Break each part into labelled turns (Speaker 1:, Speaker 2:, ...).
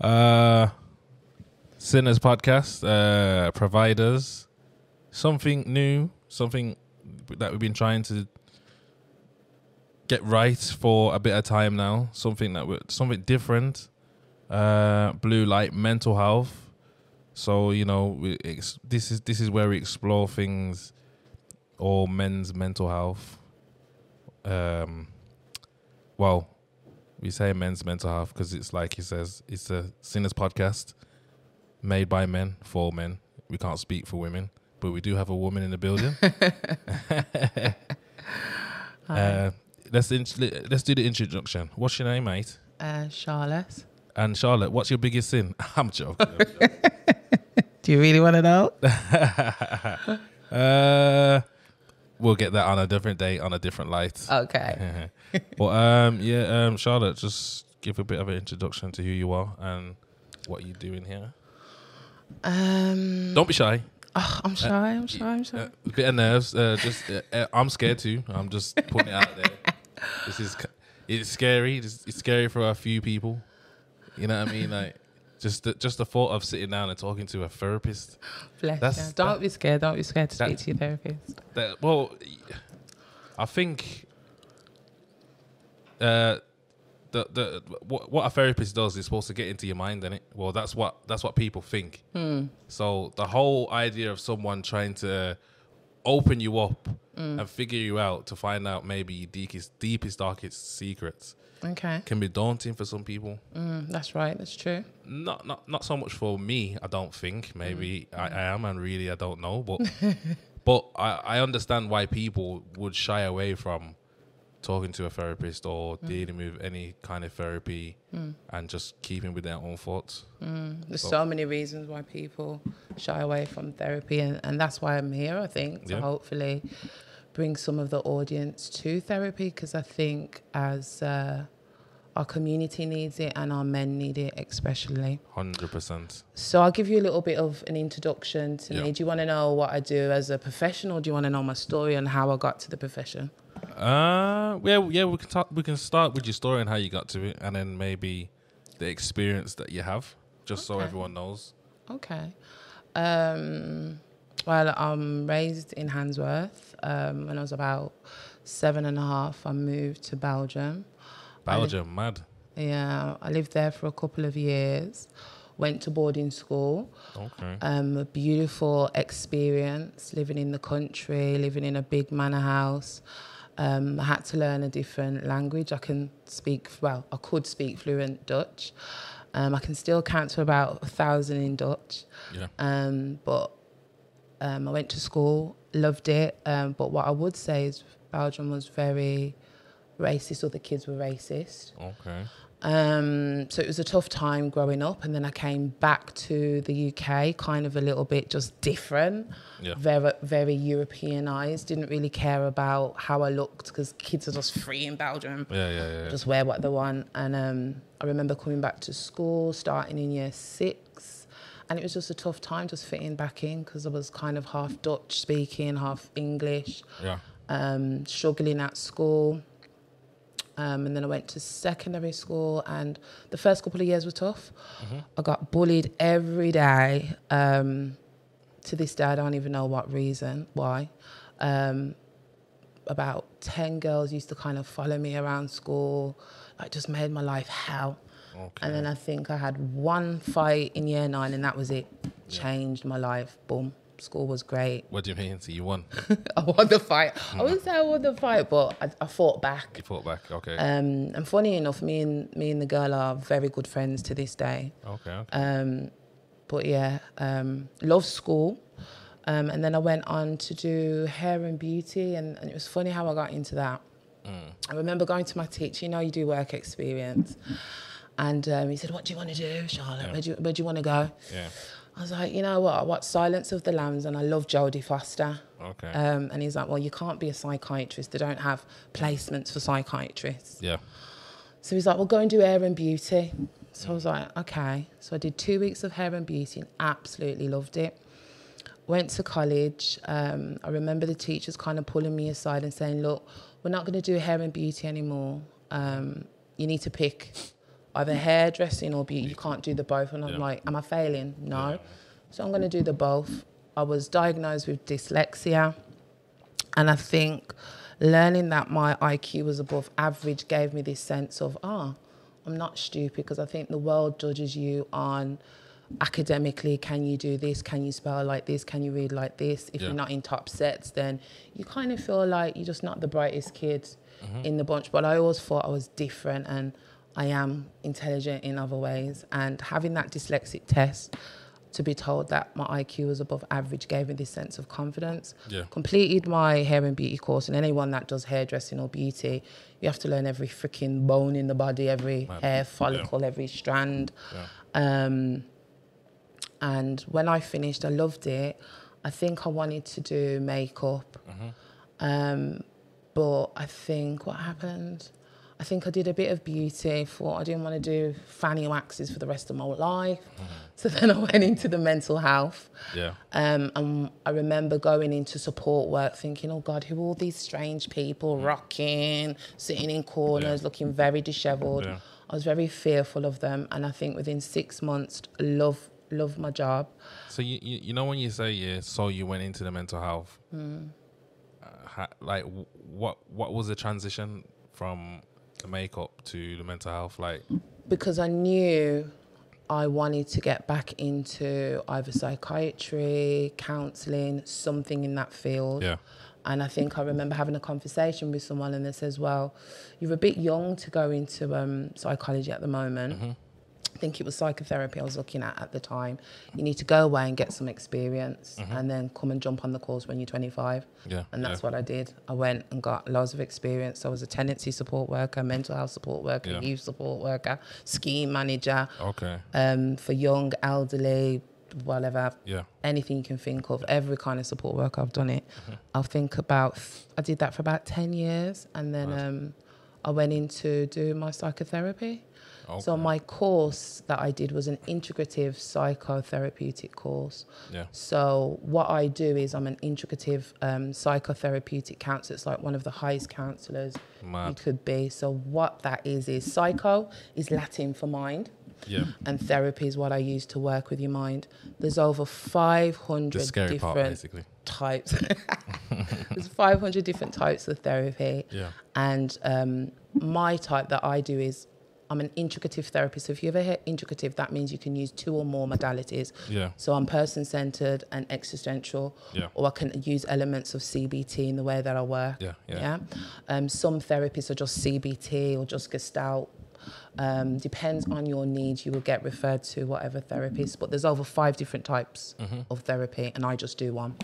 Speaker 1: Uh, Sinners Podcast uh, providers something new, something that we've been trying to get right for a bit of time now. Something that we something different. Uh, blue light mental health. So you know, we ex- this is this is where we explore things or men's mental health. Um, well, we say men's mental health because it's like he says, it's a sinners podcast made by men for men. We can't speak for women, but we do have a woman in the building. uh, let's int- let's do the introduction. What's your name, mate?
Speaker 2: Uh, Charlotte.
Speaker 1: And Charlotte, what's your biggest sin? I'm joking. I'm joking.
Speaker 2: Do you really want to know?
Speaker 1: uh, we'll get that on a different day, on a different
Speaker 2: Oh,
Speaker 1: light.
Speaker 2: Okay.
Speaker 1: well, um, yeah, um, Charlotte, just give a bit of an introduction to who you are and what you do in here.
Speaker 2: Um,
Speaker 1: Don't be shy.
Speaker 2: oh, I'm shy. I'm shy. I'm shy.
Speaker 1: Uh, a bit of nerves. Uh, just, uh, uh, I'm scared too. I'm just putting it out there. This is, c- it's scary. It's, it's scary for a few people. You know what I mean? Like, just the, just the thought of sitting down and talking to a therapist.
Speaker 2: Bless
Speaker 1: that's-
Speaker 2: you. Don't be scared. Don't be scared to
Speaker 1: that-
Speaker 2: speak to your therapist.
Speaker 1: That, well, I think uh, the the what, what a therapist does is supposed to get into your mind, is it? Well, that's what that's what people think. So the whole idea of someone trying to open you up and figure you out to find out maybe your deepest, deepest, darkest secrets
Speaker 2: Okay.
Speaker 1: can be daunting for some people.
Speaker 2: Mm, that's right. That's true.
Speaker 1: Not not not so much for me. I don't think. Maybe
Speaker 2: Mm.
Speaker 1: I, I am, and really I don't know. But but I, I understand why people would shy away from talking to a therapist or
Speaker 2: Mm.
Speaker 1: dealing with any kind of therapy and just keeping with their own thoughts.
Speaker 2: There's
Speaker 1: Oh.
Speaker 2: so many reasons why people shy away from therapy, and, and that's why I'm here, I think, to
Speaker 1: Yeah.
Speaker 2: hopefully bring some of the audience to therapy because I think as uh, our community needs it and our men need it, especially.
Speaker 1: Hundred percent.
Speaker 2: So I'll give you a little bit of an introduction to
Speaker 1: Yeah.
Speaker 2: me. Do you want to know what I do as a professional? Do you want to know my story and how I got to the profession?
Speaker 1: Uh, yeah, yeah. We can talk, we can start with your story and how you got to it, and then maybe the experience that you have, just so
Speaker 2: Okay.
Speaker 1: everyone knows.
Speaker 2: Okay. Um, well, I'm raised in Handsworth. Um, when I was about seven and a half, I moved to Belgium. I lived-
Speaker 1: Belgium, mad.
Speaker 2: yeah, I lived there for a couple of years. Went to boarding school.
Speaker 1: Okay.
Speaker 2: Um, a beautiful experience living in the country, living in a big manor house. Um, I had to learn a different language. I can speak, well, I could speak fluent Dutch. Um, I can still count to about a thousand in Dutch.
Speaker 1: Yeah.
Speaker 2: Um, but um, I went to school, loved it. Um, but what I would say is Belgium was very racist, or the kids were racist.
Speaker 1: Okay.
Speaker 2: Um, so it was a tough time growing up, and then I came back to the UK, kind of a little bit just different,
Speaker 1: Yeah.
Speaker 2: very very Europeanized. Didn't really care about how I looked because kids are just free in Belgium,
Speaker 1: Yeah, yeah, yeah.
Speaker 2: just wear what they want. And um, I remember coming back to school, starting in year six, and it was just a tough time just fitting back in because I was kind of half Dutch speaking, half English
Speaker 1: yeah.
Speaker 2: um, struggling at school. Um, and then I went to secondary school, and the first couple of years were tough. I got bullied every day. Um, to this day, I don't even know what reason, why. Um, about 10 girls used to kind of follow me around school. Like, just made my life hell.
Speaker 1: Okay.
Speaker 2: And then I think I had one fight in year nine, and that was it. Changed my life. Boom. School was great.
Speaker 1: What do you mean? So you won.
Speaker 2: I won the fight. I wouldn't say I won the fight, but I, I fought back.
Speaker 1: You fought back. Okay.
Speaker 2: Um, and funny enough, me and me and the girl are very good friends to this day.
Speaker 1: okay. Okay.
Speaker 2: Um, but yeah, um, loved school. Um, and then I went on to do hair and beauty, and, and it was funny how I got into that. I remember going to my teacher, you know, you do work experience. And um, he said, What do you want to do, Charlotte? Where, do you, where do you want to go?
Speaker 1: Yeah.
Speaker 2: I was like, You know what? I watched Silence of the Lambs, and I love Jodie Foster.
Speaker 1: Okay.
Speaker 2: Um, and he's like, well, you can't be a psychiatrist. They don't have placements for psychiatrists.
Speaker 1: yeah.
Speaker 2: So he's like, well, go and do hair and beauty. So I
Speaker 1: Mm.
Speaker 2: was like, okay. So I did two weeks of hair and beauty and absolutely loved it. Went to college. Um, I remember the teachers kind of pulling me aside and saying, look, we're not going to do hair and beauty anymore. Um, you need to pick either hairdressing or beauty. You can't do the both. And I'm
Speaker 1: Mm. Yeah.
Speaker 2: like, am I failing? No. So I'm going to do the both. I was diagnosed with dyslexia. And I think learning that my IQ was above average gave me this sense of, ah, I'm not stupid because I think the world judges you on academically can you do this? Can you spell like this? Can you read like this? If
Speaker 1: Yeah.
Speaker 2: you're not in top sets, then you kind of feel like you're just not the brightest kid
Speaker 1: Mm-hmm.
Speaker 2: in the bunch. But I always thought I was different and I am intelligent in other ways. And having that dyslexic test, to be told that my IQ was above average gave me this sense of confidence.
Speaker 1: Yeah.
Speaker 2: Completed my hair and beauty course, and anyone that does hairdressing or beauty, you have to learn every freaking bone in the body, every
Speaker 1: Man, yeah.
Speaker 2: hair follicle, every strand.
Speaker 1: Yeah.
Speaker 2: Um, and when I finished, I loved it. I think I wanted to do makeup,
Speaker 1: Mm-hmm.
Speaker 2: um, but I think what happened. I think I did a bit of beauty. Thought I didn't want to do fanny waxes for the rest of my life.
Speaker 1: Mm-hmm.
Speaker 2: So then I went into the mental health.
Speaker 1: Yeah.
Speaker 2: Um, and I remember going into support work thinking, oh God, who are all these strange people rocking, sitting in corners, looking very disheveled.
Speaker 1: Yeah.
Speaker 2: I was very fearful of them. And I think within six months, love, love my job.
Speaker 1: So you, you you know when you say yeah, so you went into the mental health.
Speaker 2: Hmm.
Speaker 1: Uh, ha, like wh- what what was the transition from the makeup to the mental health? Like
Speaker 2: because I knew I wanted to get back into either psychiatry, counselling, something in that field.
Speaker 1: Yeah.
Speaker 2: And I think I remember having a conversation with someone, and they says, "Well, you're a bit young to go into um, psychology at the moment."
Speaker 1: Mm-hmm.
Speaker 2: I think it was psychotherapy I was looking at at the time. You need to go away and get some experience, and then come and jump on the course when you're 25.
Speaker 1: Mm-hmm. Yeah,
Speaker 2: And that's
Speaker 1: yeah.
Speaker 2: what I did. I went and got loads of experience. I was a tenancy support worker, mental health support worker,
Speaker 1: Yeah.
Speaker 2: youth support worker, scheme manager
Speaker 1: okay,
Speaker 2: um, for young, elderly, whatever,
Speaker 1: yeah,
Speaker 2: anything you can think of, every kind of support work, I've done it.
Speaker 1: Mm-hmm.
Speaker 2: I think about, I did that for about 10 years and then um, I went in to do my psychotherapy. So
Speaker 1: Okay.
Speaker 2: my course that I did was an integrative psychotherapeutic course.
Speaker 1: yeah,
Speaker 2: So what I do is I'm an integrative um, psychotherapeutic counsellor. It's like one of the highest counsellors you
Speaker 1: Mad.
Speaker 2: could be. So what that is is psycho is Latin for mind
Speaker 1: yeah.
Speaker 2: and therapy is what I use to work with your mind. There's over 500
Speaker 1: The scary part,
Speaker 2: different
Speaker 1: basically.
Speaker 2: types. There's 500 different types of therapy.
Speaker 1: Yeah.
Speaker 2: And um, my type that I do is I'm an integrative therapist. So if you ever hear integrative, that means you can use two or more modalities.
Speaker 1: Yeah.
Speaker 2: So I'm person centered and existential,
Speaker 1: Yeah.
Speaker 2: or I can use elements of CBT in the way that I work.
Speaker 1: Yeah, yeah.
Speaker 2: Um, some therapists are just CBT or just Gestalt. Um, depends on your needs, you will get referred to whatever therapist. But there's over five different types
Speaker 1: Mm-hmm.
Speaker 2: of therapy, and I just do one.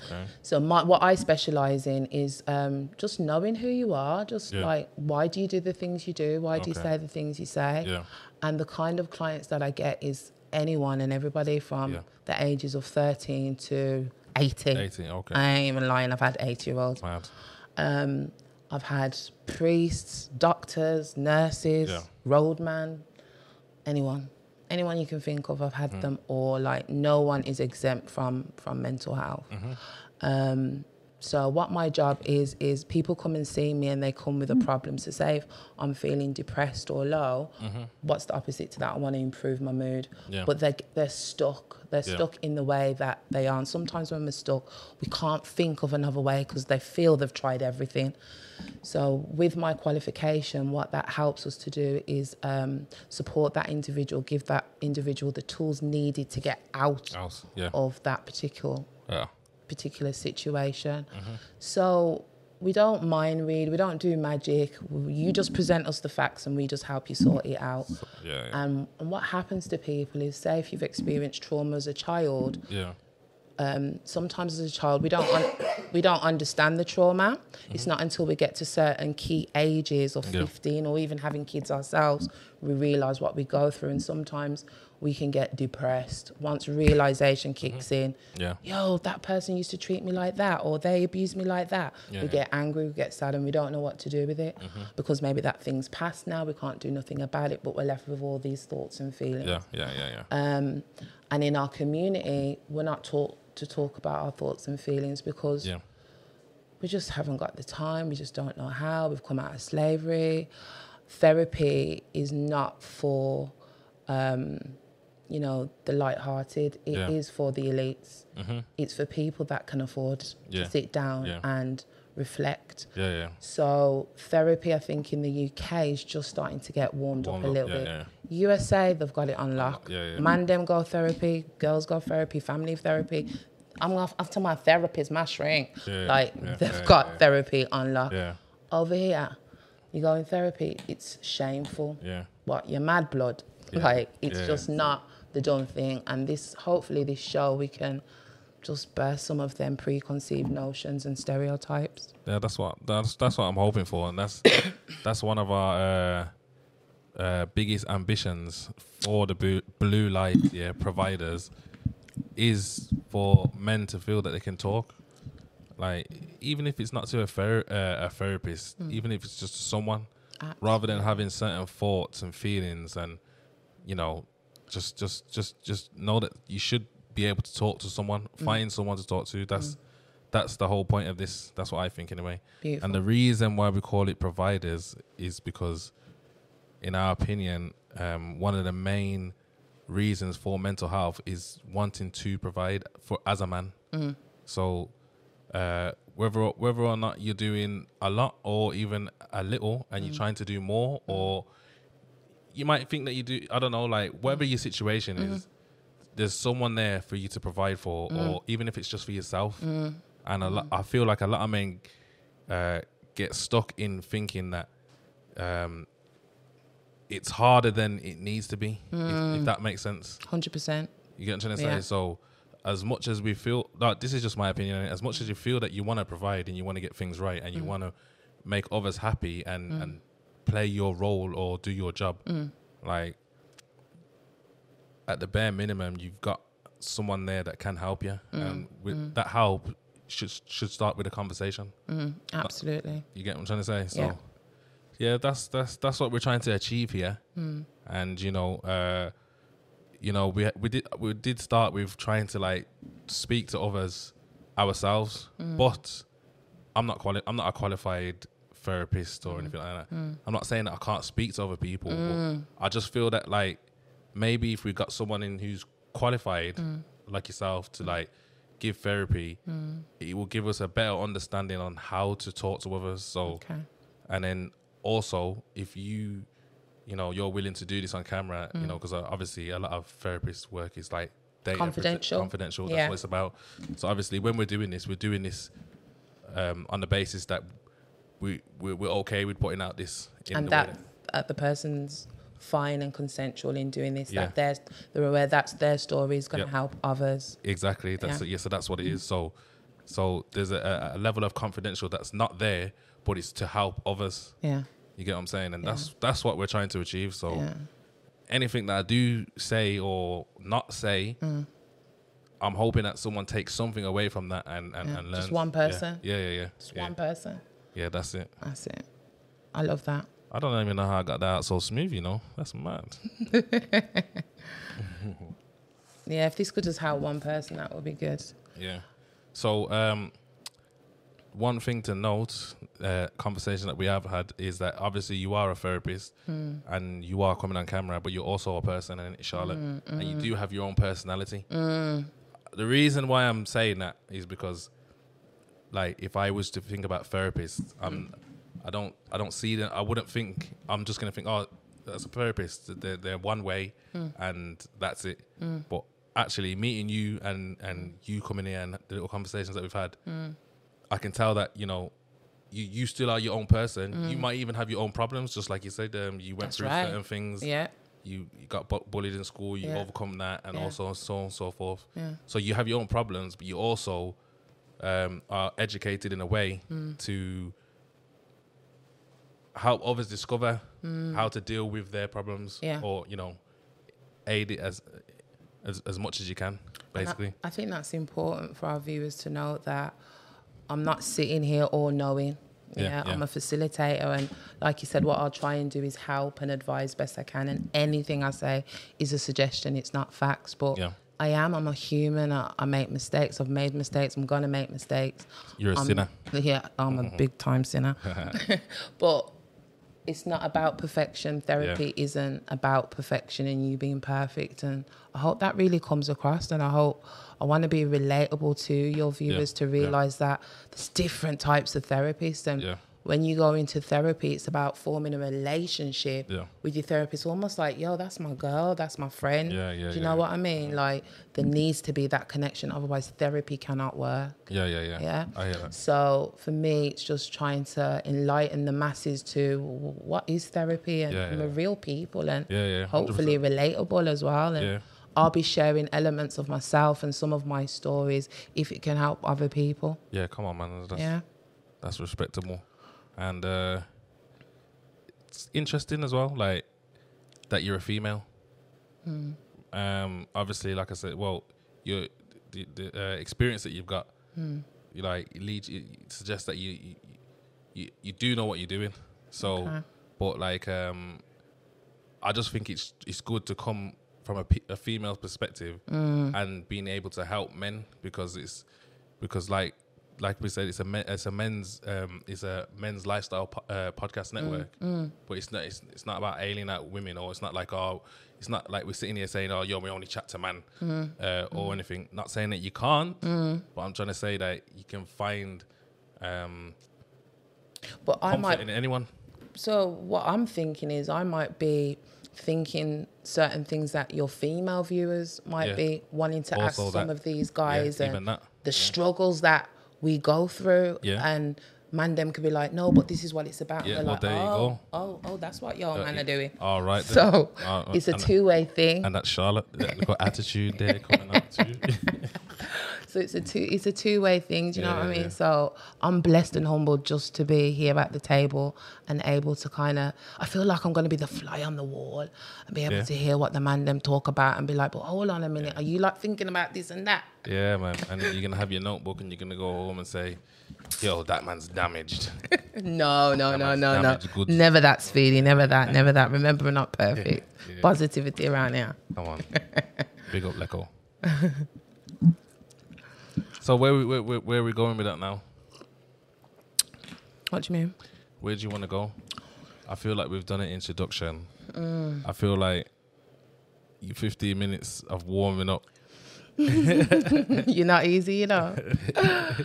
Speaker 1: Okay.
Speaker 2: So my, what I specialize in is um, just knowing who you are, just
Speaker 1: Yeah.
Speaker 2: like why do you do the things you do, why do you
Speaker 1: Okay.
Speaker 2: say the things you say,
Speaker 1: Yeah.
Speaker 2: and the kind of clients that I get is anyone and everybody from
Speaker 1: Yeah.
Speaker 2: the ages of 13 to 80.
Speaker 1: 18, okay.
Speaker 2: I ain't even lying. I've had 80 year olds.
Speaker 1: Mad.
Speaker 2: Um, I've had priests, doctors, nurses,
Speaker 1: Yeah.
Speaker 2: roadman, anyone, anyone you can think of. I've had
Speaker 1: Mm.
Speaker 2: them all. Like no one is exempt from from mental health.
Speaker 1: Mm-hmm.
Speaker 2: Um, so what my job is is people come and see me and they come with a problem. So say if I'm feeling depressed or low, what's the opposite to that? I want to improve my mood,
Speaker 1: Mm-hmm. Yeah.
Speaker 2: but they're they're stuck. They're
Speaker 1: Yeah.
Speaker 2: stuck in the way that they are. And sometimes when we're stuck, we can't think of another way because they feel they've tried everything. So, with my qualification, what that helps us to do is um, support that individual, give that individual the tools needed to get out
Speaker 1: House. Ah, Yeah.
Speaker 2: of that particular
Speaker 1: Yeah.
Speaker 2: particular situation. So we don't mind read, we don't do magic. You just present us the facts and we just help you sort it out.
Speaker 1: Yeah. Yeah.
Speaker 2: Um, and what happens to people is, say, if you've experienced trauma as a child,
Speaker 1: yeah.
Speaker 2: um, sometimes as a child we don't un- we don't understand the trauma. It's not until we get to certain key ages or
Speaker 1: Mm-hmm. Yeah.
Speaker 2: 15 or even having kids ourselves we realize what we go through and sometimes we can get depressed once realization
Speaker 1: Mm-hmm.
Speaker 2: kicks in.
Speaker 1: Yeah.
Speaker 2: Yo, that person used to treat me like that or they abused me like that.
Speaker 1: Yeah, Mm-hmm.
Speaker 2: we
Speaker 1: yeah.
Speaker 2: get angry, we get sad and we don't know what to do with it because maybe that thing's passed now, we can't do nothing about it, but we're left with all these thoughts and feelings.
Speaker 1: Yeah. Yeah. Yeah. Yeah.
Speaker 2: Um, and in our community, we're not taught to talk about our thoughts and feelings because
Speaker 1: Yeah.
Speaker 2: we just haven't got the time. We just don't know how. We've come out of slavery. therapy is not for, um, you know, the light-hearted. It is
Speaker 1: Yeah.
Speaker 2: for the elites.
Speaker 1: Mm-hmm.
Speaker 2: It's for people that can afford
Speaker 1: Yeah.
Speaker 2: to sit down
Speaker 1: Yeah.
Speaker 2: and reflect.
Speaker 1: Yeah, yeah.
Speaker 2: So therapy, I think, in the UK is just starting to get warmed
Speaker 1: Warmed
Speaker 2: up a
Speaker 1: up,
Speaker 2: little
Speaker 1: yeah,
Speaker 2: bit.
Speaker 1: yeah.
Speaker 2: USA, they've got it on lock.
Speaker 1: Yeah, yeah.
Speaker 2: Man, them go therapy. Girls go therapy. Family therapy. I'm off after my therapist, my shrink.
Speaker 1: Yeah,
Speaker 2: like
Speaker 1: yeah,
Speaker 2: they've
Speaker 1: yeah,
Speaker 2: got
Speaker 1: yeah.
Speaker 2: therapy on lock.
Speaker 1: Yeah,
Speaker 2: Over here, you go in therapy. It's shameful.
Speaker 1: yeah.
Speaker 2: What you're mad blood.
Speaker 1: Yeah,
Speaker 2: Like it's
Speaker 1: yeah.
Speaker 2: just not the done thing. And this, hopefully, this show we can just burst some of them preconceived notions and stereotypes.
Speaker 1: Yeah, that's what that's that's what I'm hoping for, and that's that's one of our uh, uh, biggest ambitions for the bu- blue light yeah providers is for men to feel that they can talk, like even if it's not to a ther- uh, a therapist, even if it's just to someone, rather than having certain thoughts and feelings, and you know, just just just just know that you should be able to talk to someone, find someone to talk to. That's that's the whole point of this. That's what I think anyway.
Speaker 2: Beautiful.
Speaker 1: And the reason why we call it providers is because, in our opinion, um, one of the main reasons for mental health is wanting to provide for as a man. So, uh, whether whether or not you're doing a lot or even a little, and you're trying to do more, or you might think that you do. I don't know, like whatever your situation is, there's someone there for you to provide for, or even if it's just for yourself. And a lot, I feel like a lot of men uh, get stuck in thinking that um, it's harder than it needs to be. If, if that makes sense,
Speaker 2: Hundred percent.
Speaker 1: you get what I'm trying to say.
Speaker 2: Yeah.
Speaker 1: So, as much as we feel, like, this is just my opinion. As much as you feel that you want to provide and you want to get things right
Speaker 2: Mm.
Speaker 1: and you want to make others happy and and play your role or do your job,
Speaker 2: Mm.
Speaker 1: like at the bare minimum, you've got someone there that can help you,
Speaker 2: Mm.
Speaker 1: and with that help should should start with a conversation.
Speaker 2: Absolutely.
Speaker 1: You get what I'm trying to say? So
Speaker 2: Yeah.
Speaker 1: yeah, that's that's that's what we're trying to achieve here. And you know, uh you know, we we did we did start with trying to like speak to others ourselves, but I'm not quali- I'm not a qualified therapist or anything like that. I'm not saying that I can't speak to other people, but I just feel that like maybe if we got someone in who's qualified like yourself to like give therapy, it will give us a better understanding on how to talk to others. So
Speaker 2: Okay.
Speaker 1: and then also if you you know you're willing to do this on camera
Speaker 2: Mm.
Speaker 1: you know because obviously a lot of therapist work is like data prote-
Speaker 2: Confidential.
Speaker 1: confidential that's
Speaker 2: Yeah.
Speaker 1: what it's about so obviously when we're doing this we're doing this um, on the basis that we we're, we're okay with putting out this in
Speaker 2: and
Speaker 1: the way
Speaker 2: that, that the person's fine and consensual in doing this.
Speaker 1: Yeah.
Speaker 2: That they're they're aware that's their story is going to
Speaker 1: Yep.
Speaker 2: help others.
Speaker 1: Exactly. That's
Speaker 2: Yeah. Mm.
Speaker 1: it. yeah. So that's what it is. So, so there's a, a- a level of confidential that's not there, but it's to help others.
Speaker 2: Yeah.
Speaker 1: You get what I'm saying, and
Speaker 2: Yeah.
Speaker 1: that's that's what we're trying to achieve. So,
Speaker 2: Yeah.
Speaker 1: anything that I do say or not say,
Speaker 2: Mm.
Speaker 1: I'm hoping that someone takes something away from that and and,
Speaker 2: Yeah.
Speaker 1: and learns.
Speaker 2: Just one
Speaker 1: Yeah.
Speaker 2: person.
Speaker 1: Yeah, yeah, yeah.
Speaker 2: Just
Speaker 1: yeah.
Speaker 2: one person.
Speaker 1: yeah, that's it.
Speaker 2: That's it. I love that.
Speaker 1: I don't even know how I got that out so smooth. You know, that's mad.
Speaker 2: Yeah. If this could just help one person, that would be good.
Speaker 1: Yeah. So, um, one thing to note, uh, conversation that we have had is that obviously you are a therapist
Speaker 2: Hmm.
Speaker 1: and you are coming on camera, but you're also a person, and Charlotte,
Speaker 2: Hmm,
Speaker 1: and you do have your own personality. The reason why I'm saying that is because, like, if I was to think about therapists, I'm, I don't, I don't see that. I wouldn't think. I'm just gonna think, oh, that's a therapist. They're, they're one way, and that's it. But actually, meeting you and and you coming here and the little conversations that we've had, I can tell that you know, you you still are your own person. You might even have your own problems, just like you said. Um, you went
Speaker 2: Mm. That's
Speaker 1: through
Speaker 2: right.
Speaker 1: certain things.
Speaker 2: Yeah.
Speaker 1: You, you got bu- bullied in school. You
Speaker 2: Yeah.
Speaker 1: overcome that, and
Speaker 2: Yeah.
Speaker 1: also so on and so forth.
Speaker 2: Yeah.
Speaker 1: So you have your own problems, but you also um, are educated in a way
Speaker 2: Mm.
Speaker 1: to help others discover how to deal with their problems,
Speaker 2: Mm. Yeah.
Speaker 1: or you know, aid it as as as much as you can,
Speaker 2: And I-
Speaker 1: basically.
Speaker 2: I, think that's important for our viewers to know that I'm not sitting here all knowing. Yeah,
Speaker 1: Yeah,
Speaker 2: I'm
Speaker 1: yeah.
Speaker 2: a facilitator, and like you said, what I'll try and do is help and advise best I can. And anything I say is a suggestion; it's not facts. But
Speaker 1: Yeah.
Speaker 2: I am. I'm a human. I, I make mistakes. I've made mistakes. I'm gonna make mistakes.
Speaker 1: You're a Mm-hmm.
Speaker 2: I'm-
Speaker 1: sinner.
Speaker 2: Yeah, I'm a big time sinner. but it's not about perfection. Therapy isn't about perfection and you being perfect. And I hope that really comes across. And I hope I want to be relatable to your viewers to
Speaker 1: yeah.
Speaker 2: realize that there's different types of therapists. And
Speaker 1: Yeah.
Speaker 2: when you go into therapy, it's about forming a relationship
Speaker 1: Yeah.
Speaker 2: with your therapist. Almost like, yo, that's my girl, that's my friend.
Speaker 1: Yeah, yeah,
Speaker 2: Do you
Speaker 1: yeah. Mm-hmm.
Speaker 2: know what I mean? Like, there needs to be that connection. Otherwise, therapy cannot work.
Speaker 1: Yeah, yeah, yeah.
Speaker 2: Yeah.
Speaker 1: I hear that.
Speaker 2: So for me, it's just trying to enlighten the masses to w- what is therapy and
Speaker 1: Yeah, yeah.
Speaker 2: we're real people and
Speaker 1: Yeah, yeah, 100%.
Speaker 2: hopefully relatable as well. And
Speaker 1: Yeah.
Speaker 2: I'll be sharing elements of myself and some of my stories if it can help other people.
Speaker 1: Yeah, come on, man. That's,
Speaker 2: yeah.
Speaker 1: that's respectable, and uh, it's interesting as well. Like that you're a female. Um, obviously, like I said, well, your the, the uh, experience that you've got, you like it leads it suggests that you you, you you do know what you're doing. So, but like um, I just think it's it's good to come from a, pe- a female perspective and being able to help men because it's because like like we said it's a men, it's a men's um it's a men's lifestyle po- uh, podcast network but it's not it's, it's not about alien out women or it's not like oh it's not like we're sitting here saying oh yo we only chat to man uh, or anything not saying that you can't but I'm trying to say that you can find um
Speaker 2: But I
Speaker 1: comfort
Speaker 2: might
Speaker 1: in anyone
Speaker 2: so what I'm thinking is I might be thinking certain things that your female viewers might
Speaker 1: Yeah.
Speaker 2: be wanting to ask
Speaker 1: Also
Speaker 2: some
Speaker 1: that-
Speaker 2: of these
Speaker 1: yeah,
Speaker 2: guys
Speaker 1: even
Speaker 2: and
Speaker 1: that
Speaker 2: the struggles that we go through
Speaker 1: Yeah.
Speaker 2: and man them could be like no but this is what it's about
Speaker 1: Yeah,
Speaker 2: and
Speaker 1: well,
Speaker 2: like
Speaker 1: there you
Speaker 2: oh,
Speaker 1: go. Uh,
Speaker 2: oh oh that's what your man
Speaker 1: yeah.
Speaker 2: are doing
Speaker 1: all right then.
Speaker 2: so
Speaker 1: Uh,
Speaker 2: it's a
Speaker 1: and-
Speaker 2: two-way thing
Speaker 1: and that's Charlotte that got attitude there coming out too
Speaker 2: so it's a two it's a two-way thing do you know
Speaker 1: Yeah,
Speaker 2: what i
Speaker 1: yeah,
Speaker 2: mean
Speaker 1: yeah.
Speaker 2: so i'm blessed and humbled just to be here at the table and able to kind of i feel like i'm going to be the fly on the wall and be able
Speaker 1: Yeah.
Speaker 2: to hear what the man them talk about and be like but hold on a minute are you like thinking about this and that
Speaker 1: Yeah, man. And then you're gonna have your notebook and you're gonna go home and say, "Yo, that man's damaged."
Speaker 2: No, no, no,
Speaker 1: man's
Speaker 2: no, no.
Speaker 1: damaged goods.
Speaker 2: Never that speedy, never that, never that. Remember, we're not perfect.
Speaker 1: Yeah.
Speaker 2: Positivity around here.
Speaker 1: Come on, big up Leco. so where we where, where where we going with that now?
Speaker 2: What do you mean?
Speaker 1: Where do you want to go? I feel like we've done an introduction.
Speaker 2: Mm.
Speaker 1: I feel like you 15 minutes of warming up.
Speaker 2: You're not easy, you know.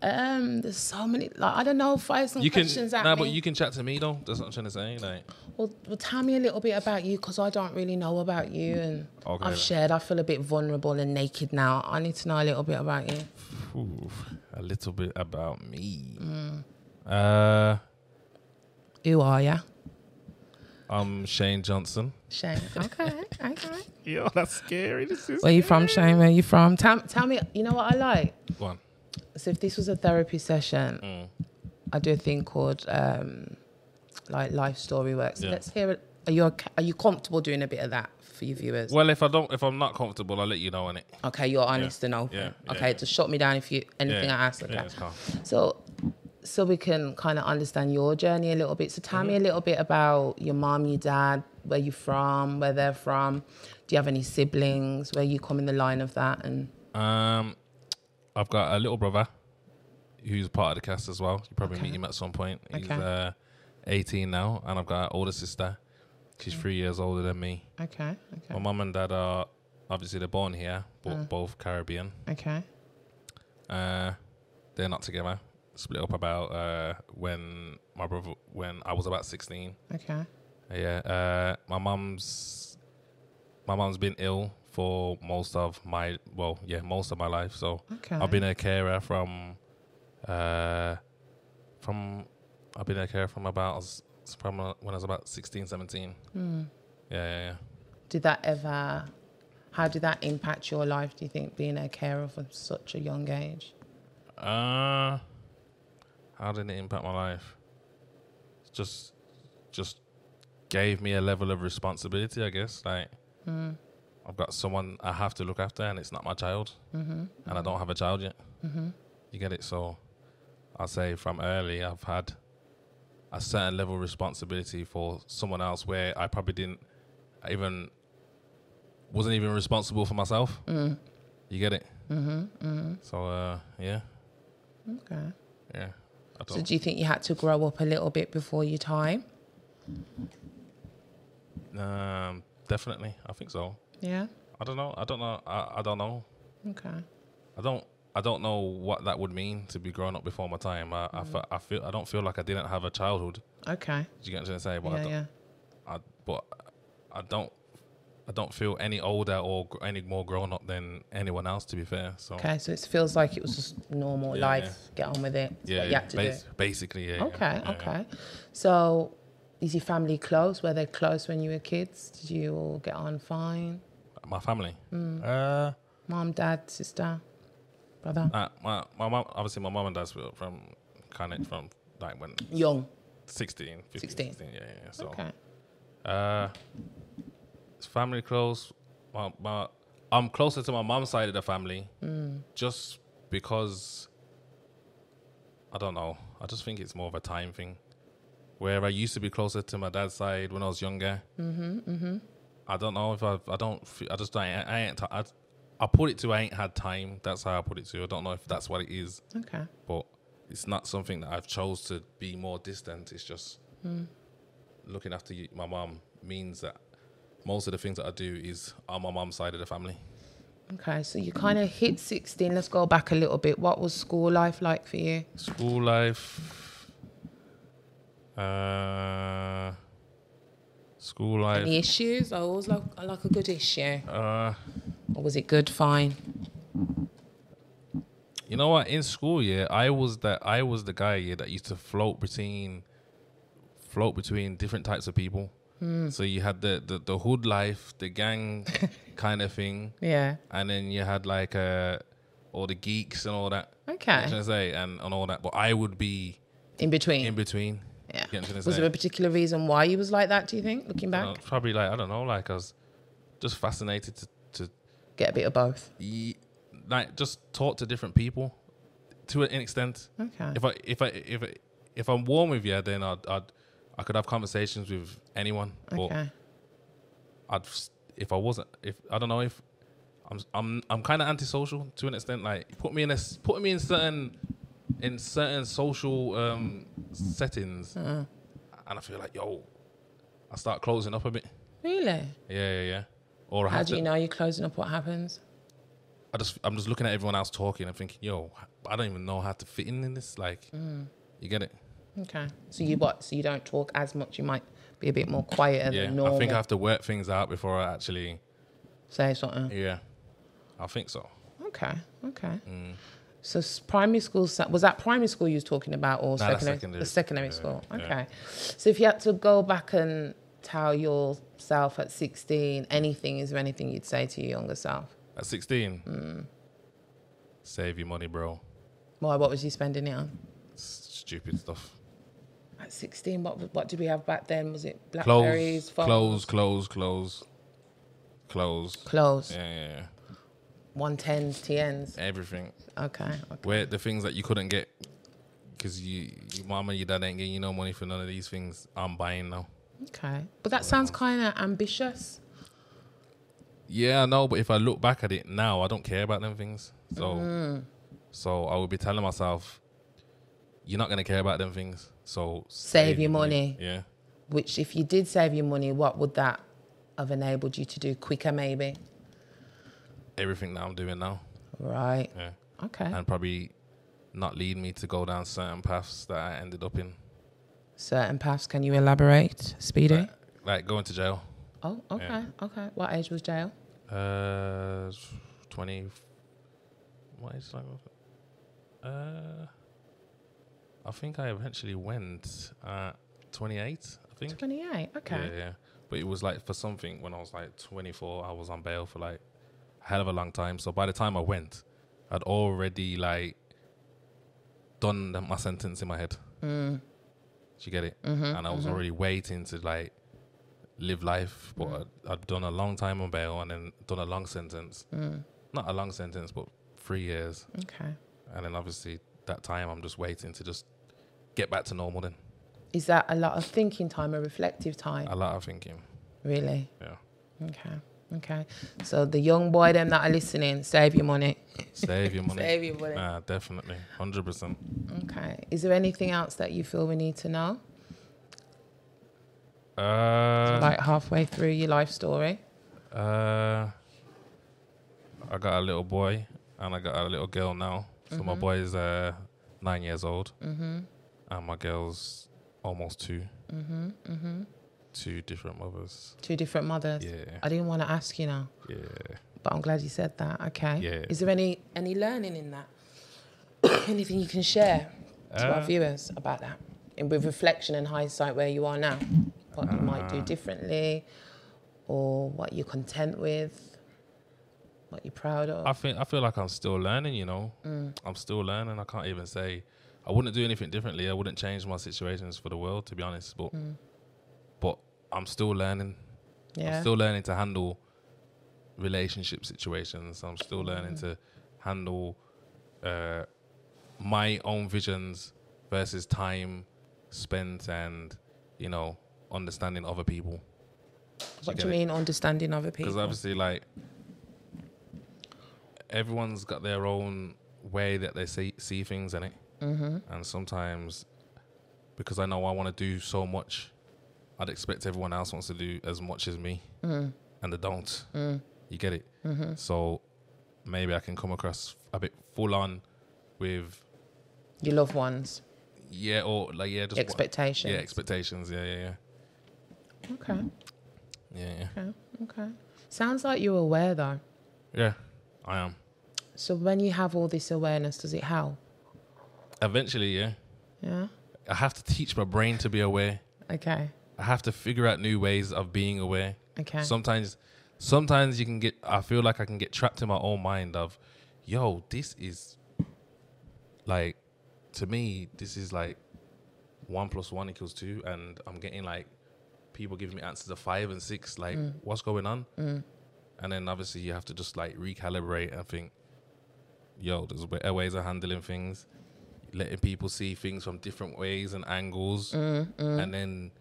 Speaker 2: um, there's so many. Like, I don't know. Fire some
Speaker 1: You can
Speaker 2: questions
Speaker 1: nah,
Speaker 2: at me.
Speaker 1: but you can chat to me though. That's what I'm trying to say. Like,
Speaker 2: Well, well, tell me a little bit about you because I don't really know about you, and
Speaker 1: Okay,
Speaker 2: I've
Speaker 1: then.
Speaker 2: shared. I feel a bit vulnerable and naked now. I need to know a little bit about you.
Speaker 1: phew, a little bit about me.
Speaker 2: Mm.
Speaker 1: Uh,
Speaker 2: Who are ya?
Speaker 1: I'm Shane Johnson.
Speaker 2: Shane. Okay. Okay.
Speaker 1: Yo, that's scary. This is
Speaker 2: Where you from, Shane? Where you from? Tell, tell me. You know what I like.
Speaker 1: one.
Speaker 2: So if this was a therapy session,
Speaker 1: Mm.
Speaker 2: I do a thing called um, like life story work. So
Speaker 1: Yeah.
Speaker 2: let's hear it. Are you okay? are you comfortable doing a bit of that for your viewers?
Speaker 1: Well, if I don't, if I'm not comfortable, I'll let you know on it.
Speaker 2: Okay, you're honest and open.
Speaker 1: Yeah, yeah,
Speaker 2: okay,
Speaker 1: yeah.
Speaker 2: just shut me down if you anything I ask. Okay,
Speaker 1: Yeah, it's calm.
Speaker 2: so so we can kind of understand your journey a little bit. So tell me a little bit about your mom, your dad, where you from, where they're from. Do you have any siblings? Where you come in the line of that? And
Speaker 1: Um, I've got a little brother who's part of the cast as well. You probably meet him at some point. He's
Speaker 2: Okay.
Speaker 1: uh, 18 now, and I've got an older sister. She's three years older than me.
Speaker 2: okay, okay, Mm.
Speaker 1: My mum and dad are obviously they're born here, but both Caribbean.
Speaker 2: okay,
Speaker 1: Uh, they're not together. Split up about uh, when my brother when I was about 16.
Speaker 2: okay,
Speaker 1: Yeah, uh, my mum's my mum's been ill for most of my well, yeah, most of my life. So
Speaker 2: okay.
Speaker 1: I've been a carer from uh from I've been a carer from about I was- from uh, when I was about 16, 17.
Speaker 2: Hmm.
Speaker 1: Yeah, yeah, yeah.
Speaker 2: did that ever how did that impact your life do you think being a carer from such a young age
Speaker 1: Uh, how did it impact my life? Just, just gave me a level of responsibility, I guess. Like, Mm. I've got someone I have to look after, and it's not my child, and I don't have a child yet. You get it? So, I say from early, I've had a certain level of responsibility for someone else where I probably didn't even wasn't even responsible for myself. You get it? Mm. Mm-hmm, So, uh, yeah.
Speaker 2: okay
Speaker 1: Yeah. I
Speaker 2: so
Speaker 1: don't.
Speaker 2: do you think you had to grow up a little bit before your time
Speaker 1: Um, definitely, I think so.
Speaker 2: Yeah.
Speaker 1: I don't know. I don't know. I, I don't know.
Speaker 2: Okay.
Speaker 1: I don't. I don't know what that would mean to be grown up before my time. I,
Speaker 2: Mm-hmm.
Speaker 1: I fe- I feel. I don't feel like I didn't have a childhood.
Speaker 2: Okay.
Speaker 1: Do you get what I'm saying? But I
Speaker 2: yeah.
Speaker 1: don't,
Speaker 2: Yeah.
Speaker 1: I, but I don't. I don't feel any older or gr- any more grown up than anyone else. To be fair, so
Speaker 2: Okay. So it feels like it was just normal
Speaker 1: Oh. Yeah,
Speaker 2: life. Get on with it. It's
Speaker 1: yeah,
Speaker 2: what you have to
Speaker 1: bas-
Speaker 2: do.
Speaker 1: basically, yeah. yeah,
Speaker 2: Okay.
Speaker 1: yeah, yeah.
Speaker 2: okay. So, is your family close? Were they close when you were kids? Did you all get on fine?
Speaker 1: My family.
Speaker 2: Mm.
Speaker 1: Uh,
Speaker 2: Mom, dad, sister, brother.
Speaker 1: uh, my my mom. Obviously, my mom and dad's were from kind of from like when
Speaker 2: Young.
Speaker 1: 16, 15, 16.
Speaker 2: 16.
Speaker 1: yeah, yeah, yeah. So
Speaker 2: Okay.
Speaker 1: Uh, it's family close. My, my, I'm closer to my mom's side of the family, Mm. just because. I don't know. I just think it's more of a time thing, where I used to be closer to my dad's side when I was younger. Mm-hmm, mm-hmm. I don't know if I. I don't. fe- I just. don't- I, I ain't. T- I, I put it to. I ain't had time. That's how I put it to. I don't know if that's what it is
Speaker 2: Okay.
Speaker 1: but it's not something that I've chose to be more distant. It's just looking after you, my mom means that most of the things that I do is on my mom's side of the family.
Speaker 2: Okay. So you kind of hit 16. Let's go back a little bit. What was school life like for you?
Speaker 1: School life, uh, school life.
Speaker 2: Any issues? I always like, I like a good issue.
Speaker 1: Uh,
Speaker 2: Or was it good, fine?
Speaker 1: you know what? In school, yeah, I was that. I was the guy yeah that used to float between, float between different types of people. So you had the, the the hood life, the gang kind of thing.
Speaker 2: Yeah.
Speaker 1: and then you had like uh, all the geeks and all that. You know what I'm
Speaker 2: Okay.
Speaker 1: trying to say and, and all that, but I would be
Speaker 2: In between.
Speaker 1: in between. You
Speaker 2: yeah.
Speaker 1: know what I'm trying to
Speaker 2: Was
Speaker 1: say?
Speaker 2: there a particular reason why you was like that, do you think, looking back?
Speaker 1: Uh, probably like I don't know, like I was just fascinated to to
Speaker 2: Get a bit of both.
Speaker 1: y- like just talk to different people to an extent.
Speaker 2: Okay.
Speaker 1: If I if I if I, if I'm warm with you, then I'd, I'd I could have conversations with anyone. But
Speaker 2: okay.
Speaker 1: I'd s- if I wasn't if I don't know if I'm I'm I'm kind of antisocial to an extent. Like put me in a s- put me in certain in certain social um, settings,
Speaker 2: Uh-huh.
Speaker 1: and I feel like yo, I start closing up a bit.
Speaker 2: Really?
Speaker 1: Yeah, yeah, yeah. Or I
Speaker 2: How
Speaker 1: have
Speaker 2: do
Speaker 1: to,
Speaker 2: you know you're closing up? What happens?
Speaker 1: I just I'm just looking at everyone else talking. I'm thinking yo, I don't even know how to fit in in this. Like,
Speaker 2: Mm.
Speaker 1: you get it?
Speaker 2: Okay. So you what? So you don't talk as much. You might be a bit more quieter
Speaker 1: Mm. yeah.
Speaker 2: than normal.
Speaker 1: I think I have to work things out before I actually.
Speaker 2: Say something.
Speaker 1: Yeah, I think so.
Speaker 2: Okay. Okay.
Speaker 1: Mm.
Speaker 2: So s- primary school se- was that primary school you was talking about, or
Speaker 1: that's
Speaker 2: secondary?
Speaker 1: secondary.
Speaker 2: The secondary
Speaker 1: Yeah,
Speaker 2: school.
Speaker 1: yeah.
Speaker 2: Okay. So if you had to go back and tell yourself at sixteen anything, is there anything you'd say to your younger self?
Speaker 1: At 16,
Speaker 2: Mm.
Speaker 1: save your money, bro.
Speaker 2: Why? What was you spending it on?
Speaker 1: stupid stuff.
Speaker 2: At sixteen, what w- what did we have back then? Was it blackberries?
Speaker 1: Clothes,
Speaker 2: phones?
Speaker 1: clothes, clothes, clothes, clothes.
Speaker 2: Clothes.
Speaker 1: Yeah, yeah, yeah.
Speaker 2: One tens, TNs.
Speaker 1: Everything.
Speaker 2: Okay. okay.
Speaker 1: Where the things that you couldn't get because you, your mom and your dad ain't getting you no money for none of these things. I'm buying now.
Speaker 2: Okay. But that sounds kind of ambitious.
Speaker 1: Yeah, I know, but if I look back at it now, I don't care about them things. So,
Speaker 2: Mm.
Speaker 1: so I would be telling myself, you're not gonna care about them things. So
Speaker 2: Save your money.
Speaker 1: Yeah,
Speaker 2: Which, if you did save your money, what would that have enabled you to do quicker, maybe?
Speaker 1: everything that I'm doing now.
Speaker 2: Right.
Speaker 1: Yeah,
Speaker 2: Okay.
Speaker 1: and probably not lead me to go down certain paths that I ended up in.
Speaker 2: Certain paths. Can you elaborate, Speedy?
Speaker 1: Like, like going to jail.
Speaker 2: Oh, okay. Okay. What age was jail?
Speaker 1: Uh, twenty. What is like? Uh, I think I eventually went at twenty-eight. I think.
Speaker 2: 28. Okay.
Speaker 1: Yeah, yeah. But it was like for something when I was like twenty-four, I was on bail for like a hell of a long time. So by the time I went, I'd already like done the- my sentence in my head.
Speaker 2: Mm,
Speaker 1: Do you get it?
Speaker 2: mm-hmm,
Speaker 1: and I was already waiting to like live life, but I'd, I'd done a long time on bail and then done a long sentence. Not a long sentence, but three years.
Speaker 2: Mm, Okay.
Speaker 1: And then obviously that time I'm just waiting to just get back to normal. Then
Speaker 2: Is that a lot of thinking time or reflective time?
Speaker 1: a lot of thinking.
Speaker 2: Really?
Speaker 1: Yeah,
Speaker 2: Okay. Okay. So the young boy, them that are listening, save your money.
Speaker 1: save your money.
Speaker 2: Save your money.
Speaker 1: Nah, definitely, hundred percent.
Speaker 2: Okay. Is there anything else that you feel we need to know?
Speaker 1: Uh,
Speaker 2: like halfway through your life story?
Speaker 1: uh, I got a little boy and I got a little girl now. So my boy is uh, nine years old,
Speaker 2: Mm-hmm.
Speaker 1: and my girl's almost two.
Speaker 2: Mm-hmm. Mm-hmm.
Speaker 1: Two different mothers.
Speaker 2: Two different mothers.
Speaker 1: Yeah,
Speaker 2: I didn't want to ask you now,
Speaker 1: yeah.
Speaker 2: but I'm glad you said that. Okay.
Speaker 1: Yeah.
Speaker 2: Is there any any learning in that? Anything you can share to our
Speaker 1: Uh,
Speaker 2: viewers about that? And with reflection and hindsight where you are now, what you might
Speaker 1: Uh,
Speaker 2: do differently or what you're content with, what you're proud of.
Speaker 1: I think I feel like I'm still learning. You know,
Speaker 2: Mm.
Speaker 1: I'm still learning. I can't even say I wouldn't do anything differently. I wouldn't change my situations for the world, to be honest. But
Speaker 2: Mm.
Speaker 1: but I'm still learning.
Speaker 2: yeah.
Speaker 1: I'm still learning to handle relationship situations. I'm still learning to handle uh, my own visions versus time spent and you know understanding other people.
Speaker 2: what
Speaker 1: you
Speaker 2: do you
Speaker 1: get it.
Speaker 2: mean, understanding other people?
Speaker 1: Because obviously, like everyone's got their own way that they see see things in it, mm-hmm. and sometimes because I know I want to do so much, I'd expect everyone else wants to do as much as me,
Speaker 2: Mm.
Speaker 1: and they don't. You get it.
Speaker 2: Mm-hmm.
Speaker 1: So maybe I can come across a bit full on with
Speaker 2: Your loved ones,
Speaker 1: yeah, or like yeah, just what-
Speaker 2: expectations.
Speaker 1: yeah, Mm-hmm. expectations. Yeah, yeah,
Speaker 2: okay.
Speaker 1: yeah, yeah, yeah.
Speaker 2: Okay. Okay. Sounds like you're aware though.
Speaker 1: yeah I am.
Speaker 2: So when you have all this awareness, does it help?
Speaker 1: Eventually, yeah.
Speaker 2: Yeah.
Speaker 1: I have to teach my brain to be aware.
Speaker 2: Okay.
Speaker 1: I have to figure out new ways of being aware.
Speaker 2: Okay.
Speaker 1: Sometimes, sometimes you can get. I feel like I can get trapped in my own mind of, yo, this is like, to me, this is like one plus one equals two, and I'm getting like people giving me answers of five and six. Like, what's going on? And then obviously you have to just like recalibrate and think, yo, there's better ways of handling things, letting people see things from different ways and angles, and then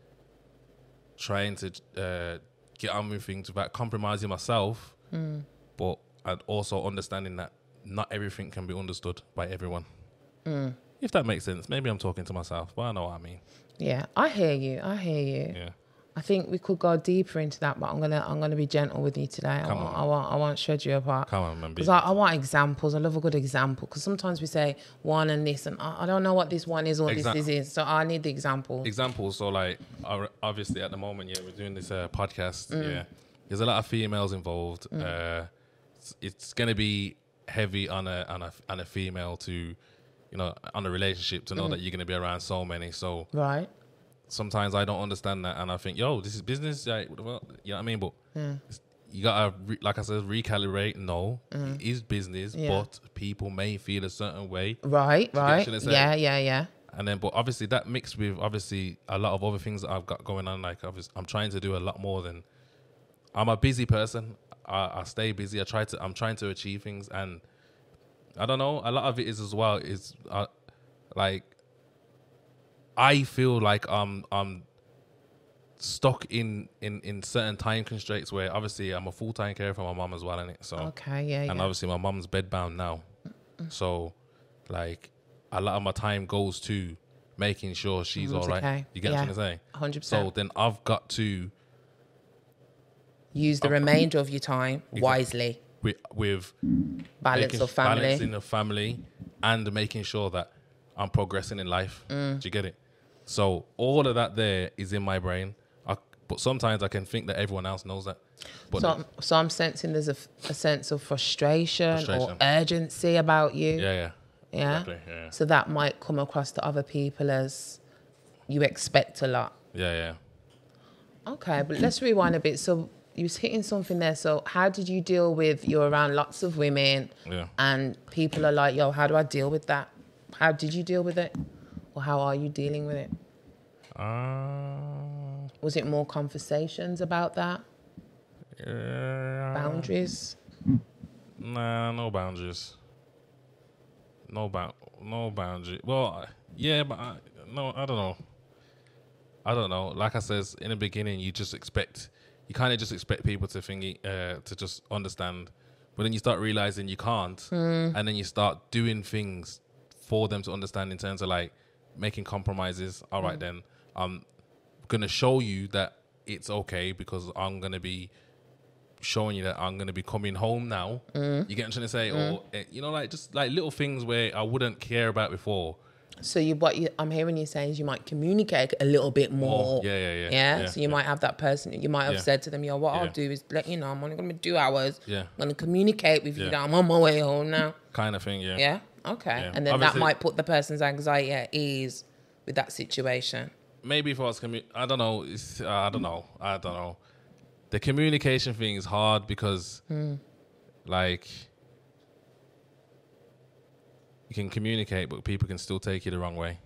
Speaker 1: trying to uh, get on with things without compromising myself, but and also understanding that not everything can be understood by everyone. If that makes sense, maybe I'm talking to myself, but I know what I mean.
Speaker 2: yeah. I hear you. I hear you.
Speaker 1: Yeah,
Speaker 2: I think we could go deeper into that, but I'm gonna I'm gonna be gentle with you today. I
Speaker 1: Come
Speaker 2: won't,
Speaker 1: on.
Speaker 2: I won't I won't shred you apart.
Speaker 1: come on, man. be-
Speaker 2: Because I, I want examples. I love a good example. Because sometimes we say one and this, and I, I don't know what this one is or
Speaker 1: Exact-
Speaker 2: this is. is. So I need the example.
Speaker 1: examples. So like, our- obviously at the moment, yeah, we're doing this uh, podcast. Yeah, there's a lot of females involved. Uh, it's, it's gonna be heavy on a on a on a female to, you know, on a relationship to know that you're gonna be around so many. So
Speaker 2: right.
Speaker 1: sometimes I don't understand that, and I think, yo, this is business. Like, what the fuck? you know what I mean? But it's- you gotta, re- like I said, recalibrate. No, it is business,
Speaker 2: Yeah.
Speaker 1: but people may feel a certain way,
Speaker 2: Right. Right.
Speaker 1: should I say?
Speaker 2: Yeah. Yeah. Yeah.
Speaker 1: and then, but obviously that mixed with obviously a lot of other things that I've got going on. Like, obviously, I'm trying to do a lot more than. I'm a busy person. I, I stay busy. I try to. I'm trying to achieve things, and I don't know. A lot of it is as well. Is uh, like I feel like I'm I'm stuck in in in certain time constraints where obviously I'm a full time carer for my mum as well, in it. So
Speaker 2: Okay. Yeah.
Speaker 1: and
Speaker 2: Yeah.
Speaker 1: obviously my mum's bedbound now, so like a lot of my time goes to making sure she's
Speaker 2: Mum's
Speaker 1: all right.
Speaker 2: okay.
Speaker 1: You get
Speaker 2: Yeah.
Speaker 1: what I'm saying?
Speaker 2: 100%.
Speaker 1: So then I've got to
Speaker 2: Use the remainder of your time wisely.
Speaker 1: with with
Speaker 2: Balance
Speaker 1: making-
Speaker 2: of family.
Speaker 1: balancing the family, and making sure that I'm progressing in life.
Speaker 2: Mm.
Speaker 1: Do you get it? So all of that there is in my brain. I, but sometimes I can think that everyone else knows that. But
Speaker 2: So, I'm- so I'm sensing there's a, f- a sense of frustration, or
Speaker 1: Frustration.
Speaker 2: urgency about you.
Speaker 1: yeah, yeah,
Speaker 2: yeah?
Speaker 1: exactly, yeah.
Speaker 2: So that might come across to other people as you expect a lot.
Speaker 1: yeah, yeah.
Speaker 2: Okay, but let's rewind a bit. So you was hitting something there. So how did you deal with you're around lots of women
Speaker 1: Yeah.
Speaker 2: and people are like, yo, how do I deal with that? How did you deal with it? Or how are you dealing with it?
Speaker 1: Uh,
Speaker 2: Was it more conversations about that?
Speaker 1: yeah.
Speaker 2: Boundaries?
Speaker 1: Nah, no boundaries. No bound, no boundary. Well, I- yeah, but I, no, I don't know. I don't know. Like I says in the beginning, you just expect, you kind of just expect people to think, uh, to just understand, but then you start realizing you can't, and then you start doing things for them to understand in terms of like making compromises. All right, then I'm gonna show you that it's okay because I'm gonna be showing you that I'm gonna be coming home now. You get what I'm trying to say, or eh, you know, like just like little things where I wouldn't care about before.
Speaker 2: So you, what you, I'm hearing you saying is you might communicate a little bit more.
Speaker 1: yeah, yeah, yeah, yeah,
Speaker 2: so you
Speaker 1: yeah.
Speaker 2: might have that person. You might have
Speaker 1: Yeah.
Speaker 2: said to them, "Yo, what I'll
Speaker 1: Yeah.
Speaker 2: do is let you know I'm only going to do hours.
Speaker 1: Yeah.
Speaker 2: I'm going to communicate with
Speaker 1: Yeah.
Speaker 2: you that I'm on my way home now.
Speaker 1: Kind of thing, yeah.
Speaker 2: Yeah, okay.
Speaker 1: Yeah.
Speaker 2: And then
Speaker 1: Obviously-
Speaker 2: that might put the person's anxiety at ease with that situation.
Speaker 1: Maybe if I was commu- I don't know, it's, uh, I don't know, I don't know. The communication thing is hard because, like, you can communicate, but people can still take you the wrong way.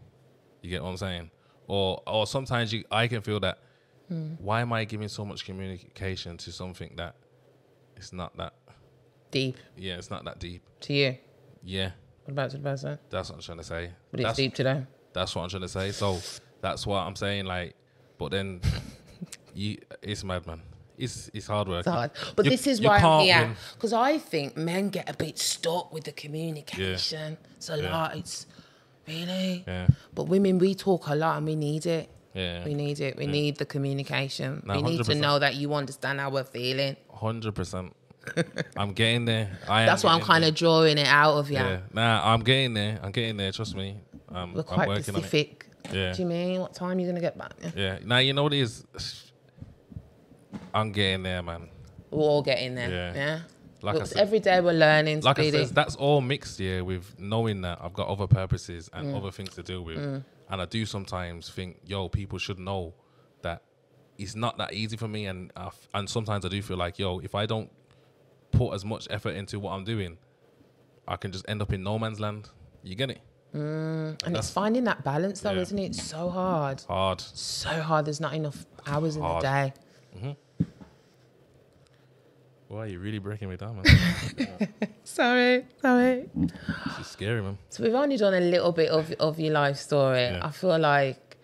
Speaker 1: You get what I'm saying? Or, or sometimes you, I can feel that. Why am I giving so much communication to something that it's not that?
Speaker 2: Deep
Speaker 1: Yeah, it's not that deep.
Speaker 2: to you.
Speaker 1: Yeah,
Speaker 2: What about to the person?
Speaker 1: that's what I'm trying to say.
Speaker 2: But it's
Speaker 1: That's-
Speaker 2: deep to them.
Speaker 1: That's what I'm trying to say. So that's what I'm saying. Like, but then you, it's mad, man. It's it's hard work.
Speaker 2: It's hard. But
Speaker 1: You-
Speaker 2: this is
Speaker 1: you
Speaker 2: why I'm
Speaker 1: can't
Speaker 2: here
Speaker 1: win.
Speaker 2: because I think men get a bit stuck with the communication. It's a
Speaker 1: Yeah.
Speaker 2: lot. It's really.
Speaker 1: Yeah,
Speaker 2: But women, we talk a lot and we need it. We
Speaker 1: yeah,
Speaker 2: need it. We need the communication.
Speaker 1: No,
Speaker 2: we need to
Speaker 1: 100%.
Speaker 2: know that you understand how we're feeling.
Speaker 1: hundred percent. I'm getting there. I am
Speaker 2: That's what I'm
Speaker 1: getting
Speaker 2: kind of drawing it out of you.
Speaker 1: there. Yeah, nah, I'm getting there. I'm getting there. Trust me. I'm,
Speaker 2: We're
Speaker 1: I'm
Speaker 2: quite
Speaker 1: working
Speaker 2: specific.
Speaker 1: on it. Yeah,
Speaker 2: Do you mean what time you gonna get back?
Speaker 1: yeah. Now you know what it is. I'm getting there, man.
Speaker 2: We're all getting there.
Speaker 1: Yeah.
Speaker 2: Yeah.
Speaker 1: Like I
Speaker 2: It's
Speaker 1: said-
Speaker 2: every day we're learning.
Speaker 1: Like I
Speaker 2: speedy.
Speaker 1: said, that's all mixed here with knowing that I've got other purposes and
Speaker 2: Mm.
Speaker 1: other things to deal with. And I do sometimes think, yo, people should know that it's not that easy for me. And I f- and sometimes I do feel like, yo, if I don't put as much effort into what I'm doing, I can just end up in no man's land. You get it?
Speaker 2: and it's finding that balance though,
Speaker 1: Yeah.
Speaker 2: isn't it? It's so hard.
Speaker 1: Hard.
Speaker 2: So hard. There's not enough hours in the
Speaker 1: Hard.
Speaker 2: day.
Speaker 1: Why are you really breaking me down, man?
Speaker 2: Sorry, sorry.
Speaker 1: this is scary, man.
Speaker 2: So we've only done a little bit of, of your life story.
Speaker 1: Yeah.
Speaker 2: I feel like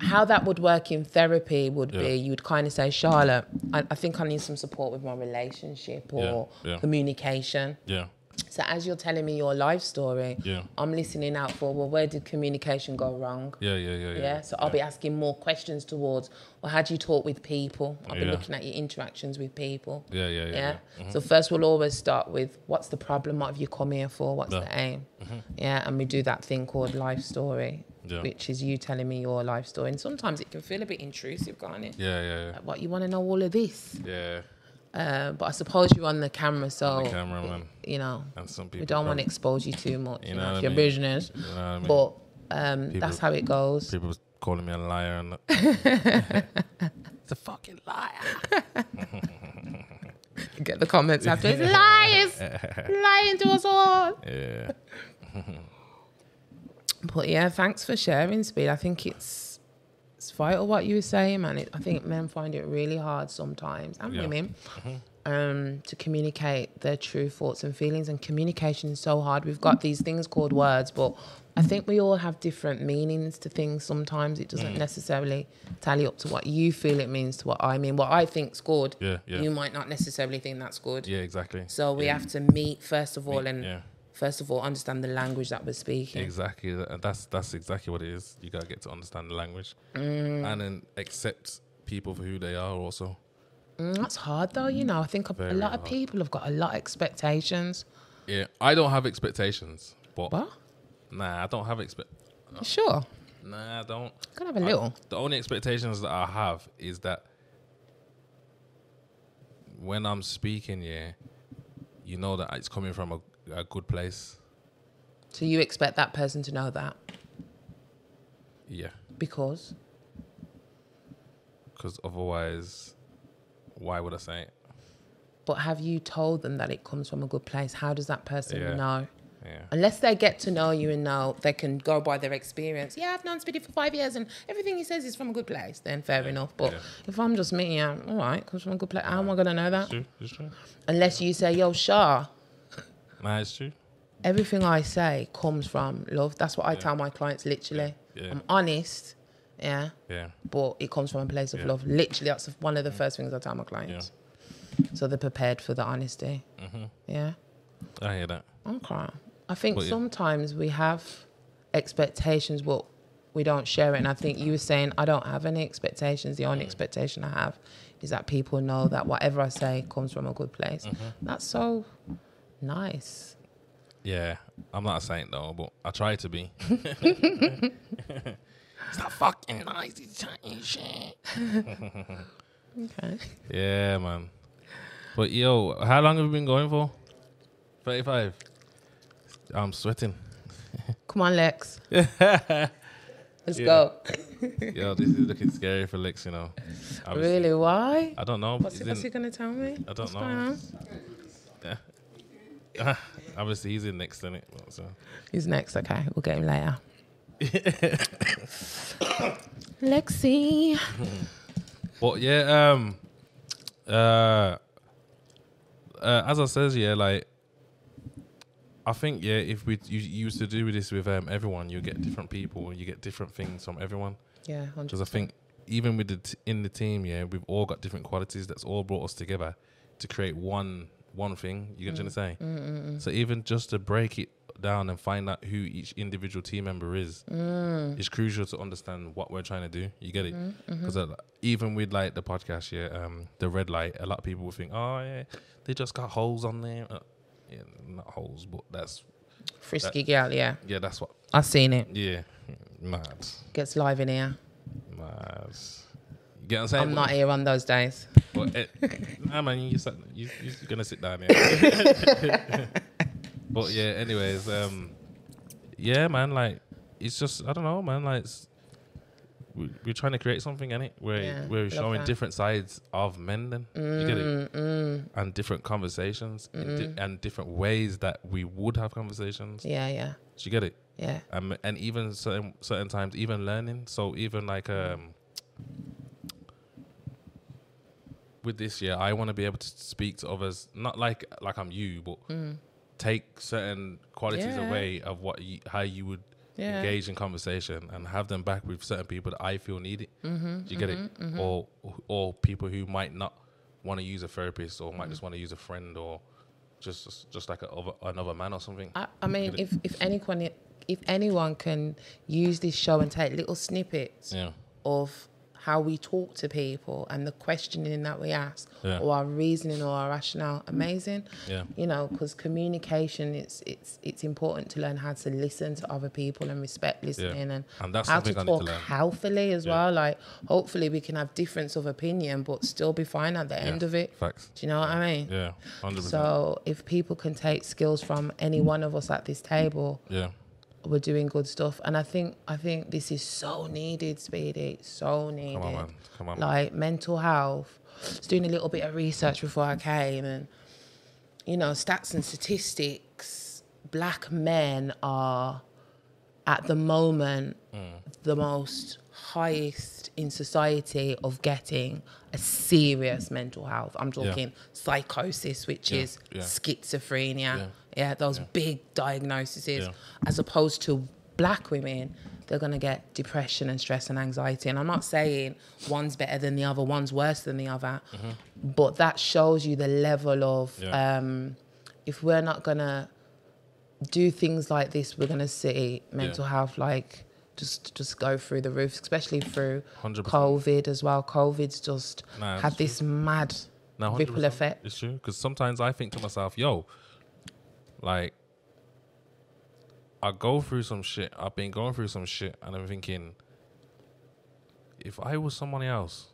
Speaker 2: how that would work in therapy would
Speaker 1: Yeah.
Speaker 2: be you'd kind of say, Charlotte, I, I think I need some support with my relationship or
Speaker 1: yeah.
Speaker 2: communication.
Speaker 1: Yeah.
Speaker 2: So as you're telling me your life story,
Speaker 1: Yeah.
Speaker 2: I'm listening out for, well, where did communication go wrong?
Speaker 1: Yeah, yeah, yeah, yeah.
Speaker 2: Yeah, so I'll be asking more questions towards, well, how do you talk with people? I'll be
Speaker 1: Yeah.
Speaker 2: looking at your interactions with people.
Speaker 1: Yeah, yeah, yeah.
Speaker 2: Yeah.
Speaker 1: yeah. Mm-hmm.
Speaker 2: So first, we'll always start with what's the problem? What have you come here for? What's
Speaker 1: Yeah. Mm-hmm.
Speaker 2: the aim? Yeah. And we do that thing called life story,
Speaker 1: Yeah.
Speaker 2: which is you telling me your life story. And sometimes it can feel a bit intrusive, can't it?
Speaker 1: Yeah, yeah,
Speaker 2: Like, what you want to know all of this?
Speaker 1: yeah. Yeah.
Speaker 2: Uh, but I suppose you're on the camera, so
Speaker 1: The camera, man.
Speaker 2: you know
Speaker 1: And some people.
Speaker 2: Oh. we don't want
Speaker 1: probably-
Speaker 2: to expose you too much.
Speaker 1: You
Speaker 2: You
Speaker 1: know
Speaker 2: know,
Speaker 1: what I
Speaker 2: it's your
Speaker 1: mean?
Speaker 2: business.
Speaker 1: You know what I mean?
Speaker 2: But um,
Speaker 1: People-
Speaker 2: that's how it goes.
Speaker 1: People was calling me a liar and it's a fucking liar.
Speaker 2: Get the comments after it's liars, lying to us all.
Speaker 1: Yeah.
Speaker 2: But yeah, thanks for sharing, Speed. I think it's it's vital what you were saying, man. It, I think men find it really hard sometimes, and
Speaker 1: Yeah. Mm-hmm.
Speaker 2: women, um, to communicate their true thoughts and feelings. And communication is so hard. We've got these things called words, but I think we all have different meanings to things. Sometimes it
Speaker 1: Mm.
Speaker 2: doesn't necessarily tally up to what you feel it means to what I mean. What I think's good,
Speaker 1: Yeah, yeah.
Speaker 2: you might not necessarily think that's good.
Speaker 1: Yeah, exactly.
Speaker 2: So we have to meet first of all, and
Speaker 1: yeah.
Speaker 2: first of all, understand the language that we're speaking.
Speaker 1: Exactly. And that's that's exactly what it is. You gotta get to understand the language. And then accept people for who they are also.
Speaker 2: Mm, That's hard though, you know. I think a, a
Speaker 1: Very
Speaker 2: lot of
Speaker 1: hard.
Speaker 2: people have got a lot of expectations.
Speaker 1: Yeah. I don't have expectations. But
Speaker 2: What?
Speaker 1: nah, I don't have expect
Speaker 2: You Sure.
Speaker 1: nah, I don't
Speaker 2: Can have a
Speaker 1: I-
Speaker 2: little.
Speaker 1: the only expectations that I have is that when I'm speaking, yeah, you know that it's coming from a, a good place.
Speaker 2: So you expect that person to know that
Speaker 1: Yeah.
Speaker 2: because
Speaker 1: because otherwise, why would I say it?
Speaker 2: but have you told them that it comes from a good place? How does that person
Speaker 1: Yeah.
Speaker 2: know?
Speaker 1: Yeah,
Speaker 2: Unless they get to know you and know they can go by their experience. Yeah, I've known Speedy for five years and everything he says is from a good place, then fair enough. But
Speaker 1: yeah.
Speaker 2: if I'm just meeting you, all right, comes from a good place. How am I gonna know that?
Speaker 1: true. It's true.
Speaker 2: Unless you say, Yo, Shah,
Speaker 1: Nah, it's true.
Speaker 2: everything I say comes from love. That's what I tell my clients literally.
Speaker 1: Yeah. Yeah.
Speaker 2: I'm honest, yeah,
Speaker 1: Yeah,
Speaker 2: but it comes from a place of
Speaker 1: Yeah. Mm.
Speaker 2: love. Literally, that's one of the first things I tell my
Speaker 1: yeah.
Speaker 2: clients. So they're prepared for the honesty. Yeah.
Speaker 1: I hear that.
Speaker 2: Okay. I think
Speaker 1: But yeah.
Speaker 2: sometimes we have expectations, but we don't share it. And I think you were saying I don't have any expectations. The only
Speaker 1: Mm.
Speaker 2: expectation I have is that people know that whatever I say comes from a good place.
Speaker 1: Mm-hmm.
Speaker 2: That's so nice.
Speaker 1: Yeah, I'm not a saint though, but I try to be. it's not fucking nice. It's Chinese shit.
Speaker 2: Okay.
Speaker 1: Yeah, man. But yo, how long have we been going for? Thirty-five. I'm sweating.
Speaker 2: Come on, Lex. Let's go.
Speaker 1: Yo, this is looking scary for Lex. You know. Obviously.
Speaker 2: Really? Why?
Speaker 1: I don't know.
Speaker 2: What's
Speaker 1: He's
Speaker 2: he,
Speaker 1: in-
Speaker 2: what's he gonna tell me?
Speaker 1: I don't
Speaker 2: What's
Speaker 1: know.
Speaker 2: going on?
Speaker 1: Obviously, he's in next, isn't it? So.
Speaker 2: He's next. Okay, we'll get him later. Lexi.
Speaker 1: But yeah, um, uh, uh, as I says, yeah, like I think yeah, if we you, you used to do this with um everyone, you get different people, you get different things from everyone.
Speaker 2: Yeah,
Speaker 1: Because I
Speaker 2: hundred.
Speaker 1: think even with the t- in the team, yeah, we've all got different qualities that's all brought us together to create one one thing. You get
Speaker 2: Mm.
Speaker 1: what I'm saying? So even just to break it down and find out who each individual team member is,
Speaker 2: Mm.
Speaker 1: it's crucial to understand what we're trying to do. You get it?
Speaker 2: mm-hmm.
Speaker 1: Because even with like the podcast, yeah, um, the red light, a lot of people will think, oh yeah, they just got holes on there. Uh, yeah, not holes, but that's
Speaker 2: Frisky gal. Yeah,
Speaker 1: yeah, that's what
Speaker 2: I've seen it.
Speaker 1: yeah, mad,
Speaker 2: Gets live in here.
Speaker 1: mad. You get what I'm saying?
Speaker 2: I'm not here on those days.
Speaker 1: But eh, nah, man, you, sat, you you're gonna sit down here. but yeah, anyways, um, yeah, man, like it's just I don't know, man, like it's, we, we're trying to create something in it where
Speaker 2: Yeah,
Speaker 1: where we're
Speaker 2: love
Speaker 1: showing
Speaker 2: that. Mm.
Speaker 1: different sides of men, then you get it, and different conversations in di- and different ways that we would have conversations.
Speaker 2: Yeah, yeah,
Speaker 1: Do you get it?
Speaker 2: yeah.
Speaker 1: um, and even certain certain times, even learning. So even like um, with this year, I want to be able to speak to others, not like like I'm you, but take certain qualities
Speaker 2: Mm. Yeah.
Speaker 1: away of what you, how you would
Speaker 2: Yeah.
Speaker 1: engage in conversation and have them back with certain people that I feel need it.
Speaker 2: Mm-hmm,
Speaker 1: Do you get it? Or or people who might not want to use a therapist or might
Speaker 2: Mm.
Speaker 1: just want to use a friend or just just like a, other- another man or something.
Speaker 2: I, I mean, if if anyone if anyone can use this show and take little snippets
Speaker 1: yeah.
Speaker 2: of how we talk to people and the questioning that we ask
Speaker 1: Yeah.
Speaker 2: or our reasoning or our rationale amazing
Speaker 1: Yeah.
Speaker 2: you know because communication it's it's it's important to learn how to listen to other people and respect listening and,
Speaker 1: And that's
Speaker 2: how to
Speaker 1: something I need to
Speaker 2: talk
Speaker 1: learn.
Speaker 2: healthily as well like hopefully we can have difference of opinion but still be fine at the end of it
Speaker 1: Facts.
Speaker 2: do you know what i mean
Speaker 1: Yeah, hundred percent.
Speaker 2: so if people can take skills from any one of us at this table
Speaker 1: Yeah,
Speaker 2: we're doing good stuff and i think i think this is so needed speedy so needed
Speaker 1: come on, man. Come on.
Speaker 2: like mental health. Just doing a little bit of research before I came, and you know, stats and statistics. Black men are at the moment
Speaker 1: Mm.
Speaker 2: the most highest in society of getting a serious mental health. I'm talking psychosis, which
Speaker 1: Yeah,
Speaker 2: is
Speaker 1: yeah.
Speaker 2: schizophrenia. Yeah,
Speaker 1: Yeah.
Speaker 2: those big diagnoses,
Speaker 1: Yeah.
Speaker 2: as opposed to black women. They're gonna get depression and stress and anxiety. And I'm not saying one's better than the other, one's worse than the other, but that shows you the level of
Speaker 1: Mm-hmm. Yeah.
Speaker 2: um, if we're not gonna do things like this, we're gonna see mental health like just just go through the roof, especially through
Speaker 1: 100%.
Speaker 2: COVID as well. COVID's just
Speaker 1: Nah, it's
Speaker 2: had this mad
Speaker 1: No, 100%.
Speaker 2: ripple effect.
Speaker 1: It's true because sometimes I think to myself, "Yo, like, I go through some shit. I've been going through some shit, and I'm thinking, if I was someone else,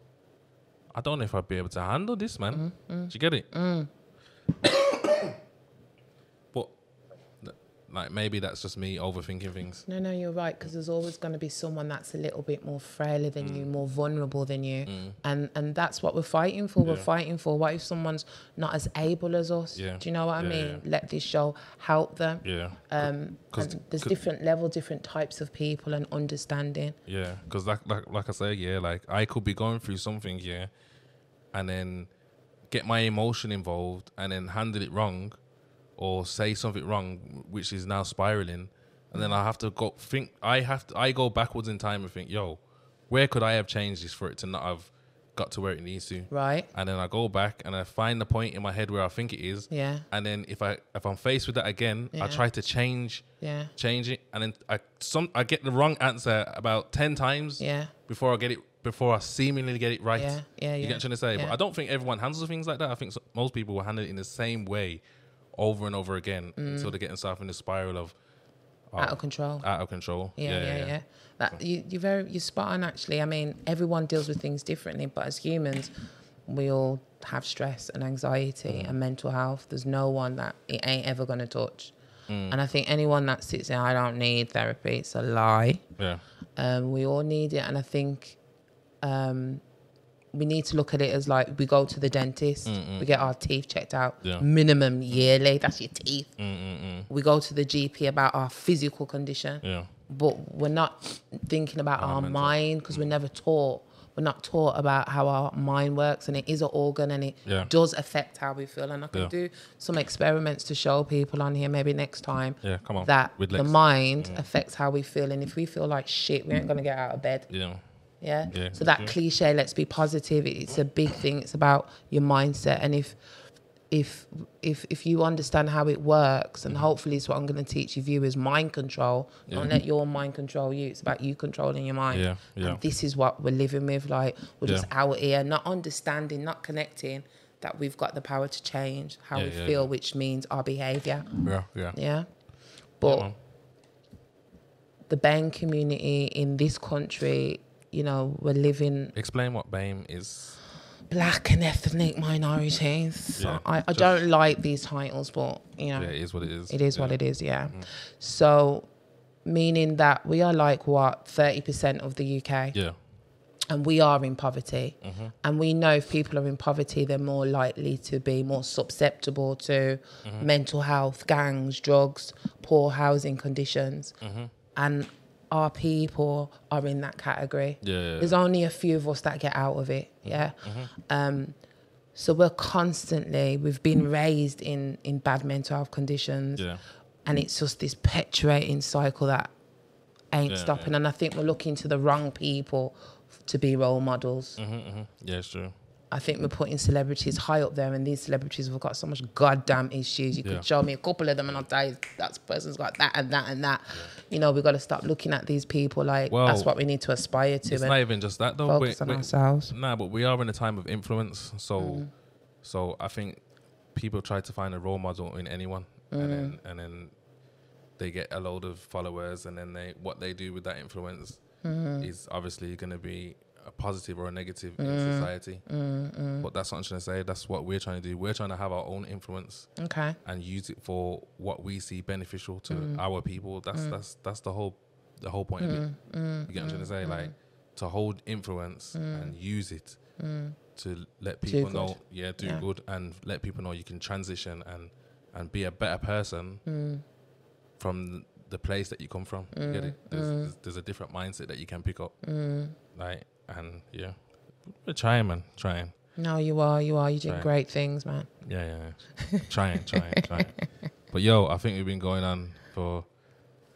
Speaker 1: I don't know if I'd be able to handle this, man.
Speaker 2: Mm-hmm,
Speaker 1: Do
Speaker 2: mm.
Speaker 1: you get it? but th- like, maybe that's just me overthinking things.
Speaker 2: No, no, you're right because there's always going to be someone that's a little bit more frailer than
Speaker 1: Mm.
Speaker 2: you, more vulnerable than you, and and that's what we're fighting for. We're
Speaker 1: Yeah.
Speaker 2: fighting for what if someone's not as able as us?
Speaker 1: Yeah.
Speaker 2: Do you know what I
Speaker 1: Yeah,
Speaker 2: mean?
Speaker 1: yeah.
Speaker 2: Let this show help them.
Speaker 1: Yeah.
Speaker 2: Um,
Speaker 1: 'Cause-
Speaker 2: and there's
Speaker 1: 'cause-
Speaker 2: different level, different types of people and understanding.
Speaker 1: Yeah, because like like like I said, yeah, like I could be going through something, yeah, and then get my emotion involved and then handle it wrong, or say something wrong, which is now spiraling, and then I have to go think. I have to. I go backwards in time and think, yo, where could I have changed this for it to not have got to where it needs to.
Speaker 2: right?
Speaker 1: And then I go back and I find the point in my head where I think it is.
Speaker 2: Yeah,
Speaker 1: And then if I if I'm faced with that again,
Speaker 2: Yeah.
Speaker 1: I try to change
Speaker 2: yeah,
Speaker 1: change it and then I some I get the wrong answer about ten times
Speaker 2: yeah,
Speaker 1: before I get it before I seemingly get it right.
Speaker 2: yeah, yeah, yeah.
Speaker 1: You get what I'm trying to say? But
Speaker 2: Yeah.
Speaker 1: I don't think everyone handles things like that. I think so, most people will handle it in the same way over and over again
Speaker 2: Mm.
Speaker 1: until they get themselves in the spiral of oh,
Speaker 2: Out of control.
Speaker 1: out of control.
Speaker 2: yeah, yeah, yeah. That, you, you're very, you're spot on. Actually, I mean, everyone deals with things differently, but as humans, we all have stress and anxiety and mental health. There's no one that it ain't ever gonna touch. And I think anyone that sits there, I don't need therapy. It's a lie.
Speaker 1: Yeah.
Speaker 2: Um, we all need it, and I think um, we need to look at it as like we go to the dentist, we get our teeth checked out,
Speaker 1: Yeah.
Speaker 2: minimum yearly. That's your teeth.
Speaker 1: Mm-mm-mm.
Speaker 2: We go to the GP about our physical condition
Speaker 1: Yeah.
Speaker 2: but we're not thinking about our
Speaker 1: mental. Mm.
Speaker 2: mind because we're never taught. We're not taught about how our mind works, and it is an organ, and it
Speaker 1: Yeah.
Speaker 2: does affect how we feel. And I can
Speaker 1: Yeah.
Speaker 2: do some experiments to show people on here maybe next time
Speaker 1: Yeah. Come on.
Speaker 2: that
Speaker 1: With
Speaker 2: the
Speaker 1: legs. Mm.
Speaker 2: mind affects how we feel, and if we feel like shit, we ain't gonna get out of bed.
Speaker 1: Yeah.
Speaker 2: Yeah.
Speaker 1: Yeah,
Speaker 2: so that
Speaker 1: sure.
Speaker 2: cliche, let's be positive. It's a big thing. It's about your mindset, and if if if if you understand how it works,
Speaker 1: Mm-hmm.
Speaker 2: and hopefully it's what I'm going to teach you viewers mind control. Don't let your mind control you. It's about you controlling your mind.
Speaker 1: Yeah, yeah.
Speaker 2: And this is what we're living with. Like we're just
Speaker 1: Yeah.
Speaker 2: out here, not understanding, not connecting that we've got the power to change how
Speaker 1: Yeah,
Speaker 2: we
Speaker 1: yeah,
Speaker 2: feel,
Speaker 1: yeah.
Speaker 2: which means our behavior.
Speaker 1: Yeah. Yeah.
Speaker 2: Yeah. But
Speaker 1: man.
Speaker 2: the bang community in this country, you know, we're living
Speaker 1: Explain what BAME is.
Speaker 2: black and ethnic minorities.
Speaker 1: Yeah,
Speaker 2: I, I
Speaker 1: just-
Speaker 2: don't like these titles, but you know,
Speaker 1: Yeah, it is what it is.
Speaker 2: it is
Speaker 1: yeah. Mm-hmm.
Speaker 2: what it is. Yeah. So, meaning that we are like what thirty percent of the UK,
Speaker 1: Yeah.
Speaker 2: and we are in poverty,
Speaker 1: Mm-hmm.
Speaker 2: and we know if people are in poverty, they're more likely to be more susceptible to
Speaker 1: Mm-hmm.
Speaker 2: mental health, gangs, drugs, poor housing conditions,
Speaker 1: Mm-hmm.
Speaker 2: and our people are in that category.
Speaker 1: Yeah. yeah, Mm-hmm.
Speaker 2: There's only a few of us that get out of it. Yeah. Um, so we're constantly we've been raised in in bad mental health conditions,
Speaker 1: yeah.
Speaker 2: and it's just this perpetuating cycle that ain't
Speaker 1: Yeah,
Speaker 2: stopping. And I think we're looking to the wrong people f- to be role models.
Speaker 1: Mm-hmm. Yeah, it's true.
Speaker 2: I think we're putting celebrities high up there, and these celebrities have got so much goddamn issues. You
Speaker 1: Yeah.
Speaker 2: could show me a couple of them, and I'll tell you that person's got that and that and that. You know, we've got to stop looking at these people like that's
Speaker 1: Well,
Speaker 2: what we need to aspire to.
Speaker 1: It's
Speaker 2: and
Speaker 1: not even just that though.
Speaker 2: focus on ourselves.
Speaker 1: Nah, but we are in a time of influence, so so I think people try to find a role model in anyone, and then and then they get a load of followers, and then they what they do with that influence is obviously going to be a positive or a negative in society. But that's what I'm trying to say. That's what we're trying to do. We're trying to have our own influence
Speaker 2: Okay.
Speaker 1: and use it for what we see beneficial to
Speaker 2: Mm.
Speaker 1: our people. That's that's that's the whole the whole point of it.
Speaker 2: Mm.
Speaker 1: You get what I'm trying to say? Like to hold influence and use it to let people
Speaker 2: Mm. good.
Speaker 1: know, yeah, do
Speaker 2: Yeah.
Speaker 1: good and let people know you can transition and and be a better person
Speaker 2: Mm.
Speaker 1: from the place that you come from. You get it? There's,
Speaker 2: Mm.
Speaker 1: there's, there's a different mindset that you can pick up. Like and yeah, we're trying, man, trying.
Speaker 2: No, you are. You are. You're doing
Speaker 1: Sorry.
Speaker 2: great things, man.
Speaker 1: Yeah, yeah, yeah. trying, trying, trying. But yo, I think we've been going on for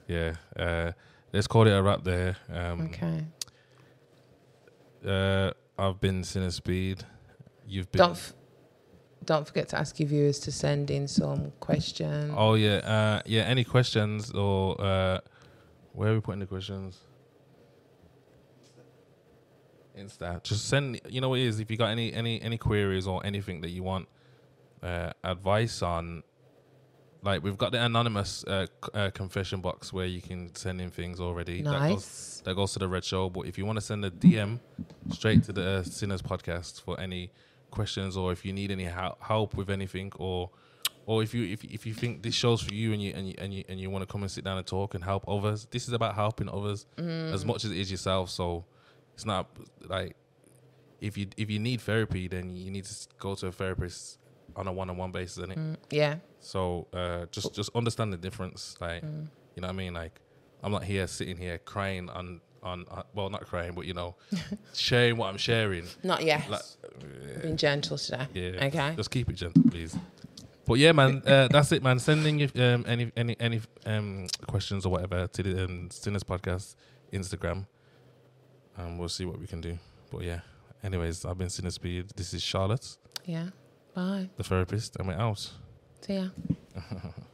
Speaker 1: yeah. Uh, let's call it a wrap there. Um,
Speaker 2: Okay.
Speaker 1: uh, I've been Sinner Speed. You've been.
Speaker 2: Don't f- don't forget to ask your viewers to send in some questions.
Speaker 1: oh yeah, uh, yeah. Any questions or uh, where are we putting the questions? Insta. Just send. You know what it is. If you got any any any queries or anything that you want uh, advice on, like we've got the anonymous uh, c- uh, confession box where you can send in things already. That goes,
Speaker 2: nice.
Speaker 1: that goes to the red show. But if you want to send a DM straight to the uh, Sinners podcast for any questions or if you need any help, help with anything or or if you if, if you think this show's for you and you and you and you, and you want to come and sit down and talk and help others, this is about helping others as much as it is yourself. So it's not like if you if you need therapy, then you need to s- go to a therapist on a one-on-one basis, is it?
Speaker 2: Mm, Yeah.
Speaker 1: So uh, just just understand the difference, like you know what I mean. Like I'm not here sitting here crying on on uh, well not crying, but you know sharing what I'm sharing.
Speaker 2: Not yet.
Speaker 1: Like,
Speaker 2: Being gentle today.
Speaker 1: yeah.
Speaker 2: Okay.
Speaker 1: Just keep it gentle, please. But yeah, man, uh, that's it, man. Sending if um, any any any um, questions or whatever to the um, Sinners Podcast Instagram, and we'll see what we can do. But yeah, Anyways, I've been Sinner Speed. This is Charlotte,
Speaker 2: Yeah. Bye.
Speaker 1: the therapist, and we're out.
Speaker 2: See ya.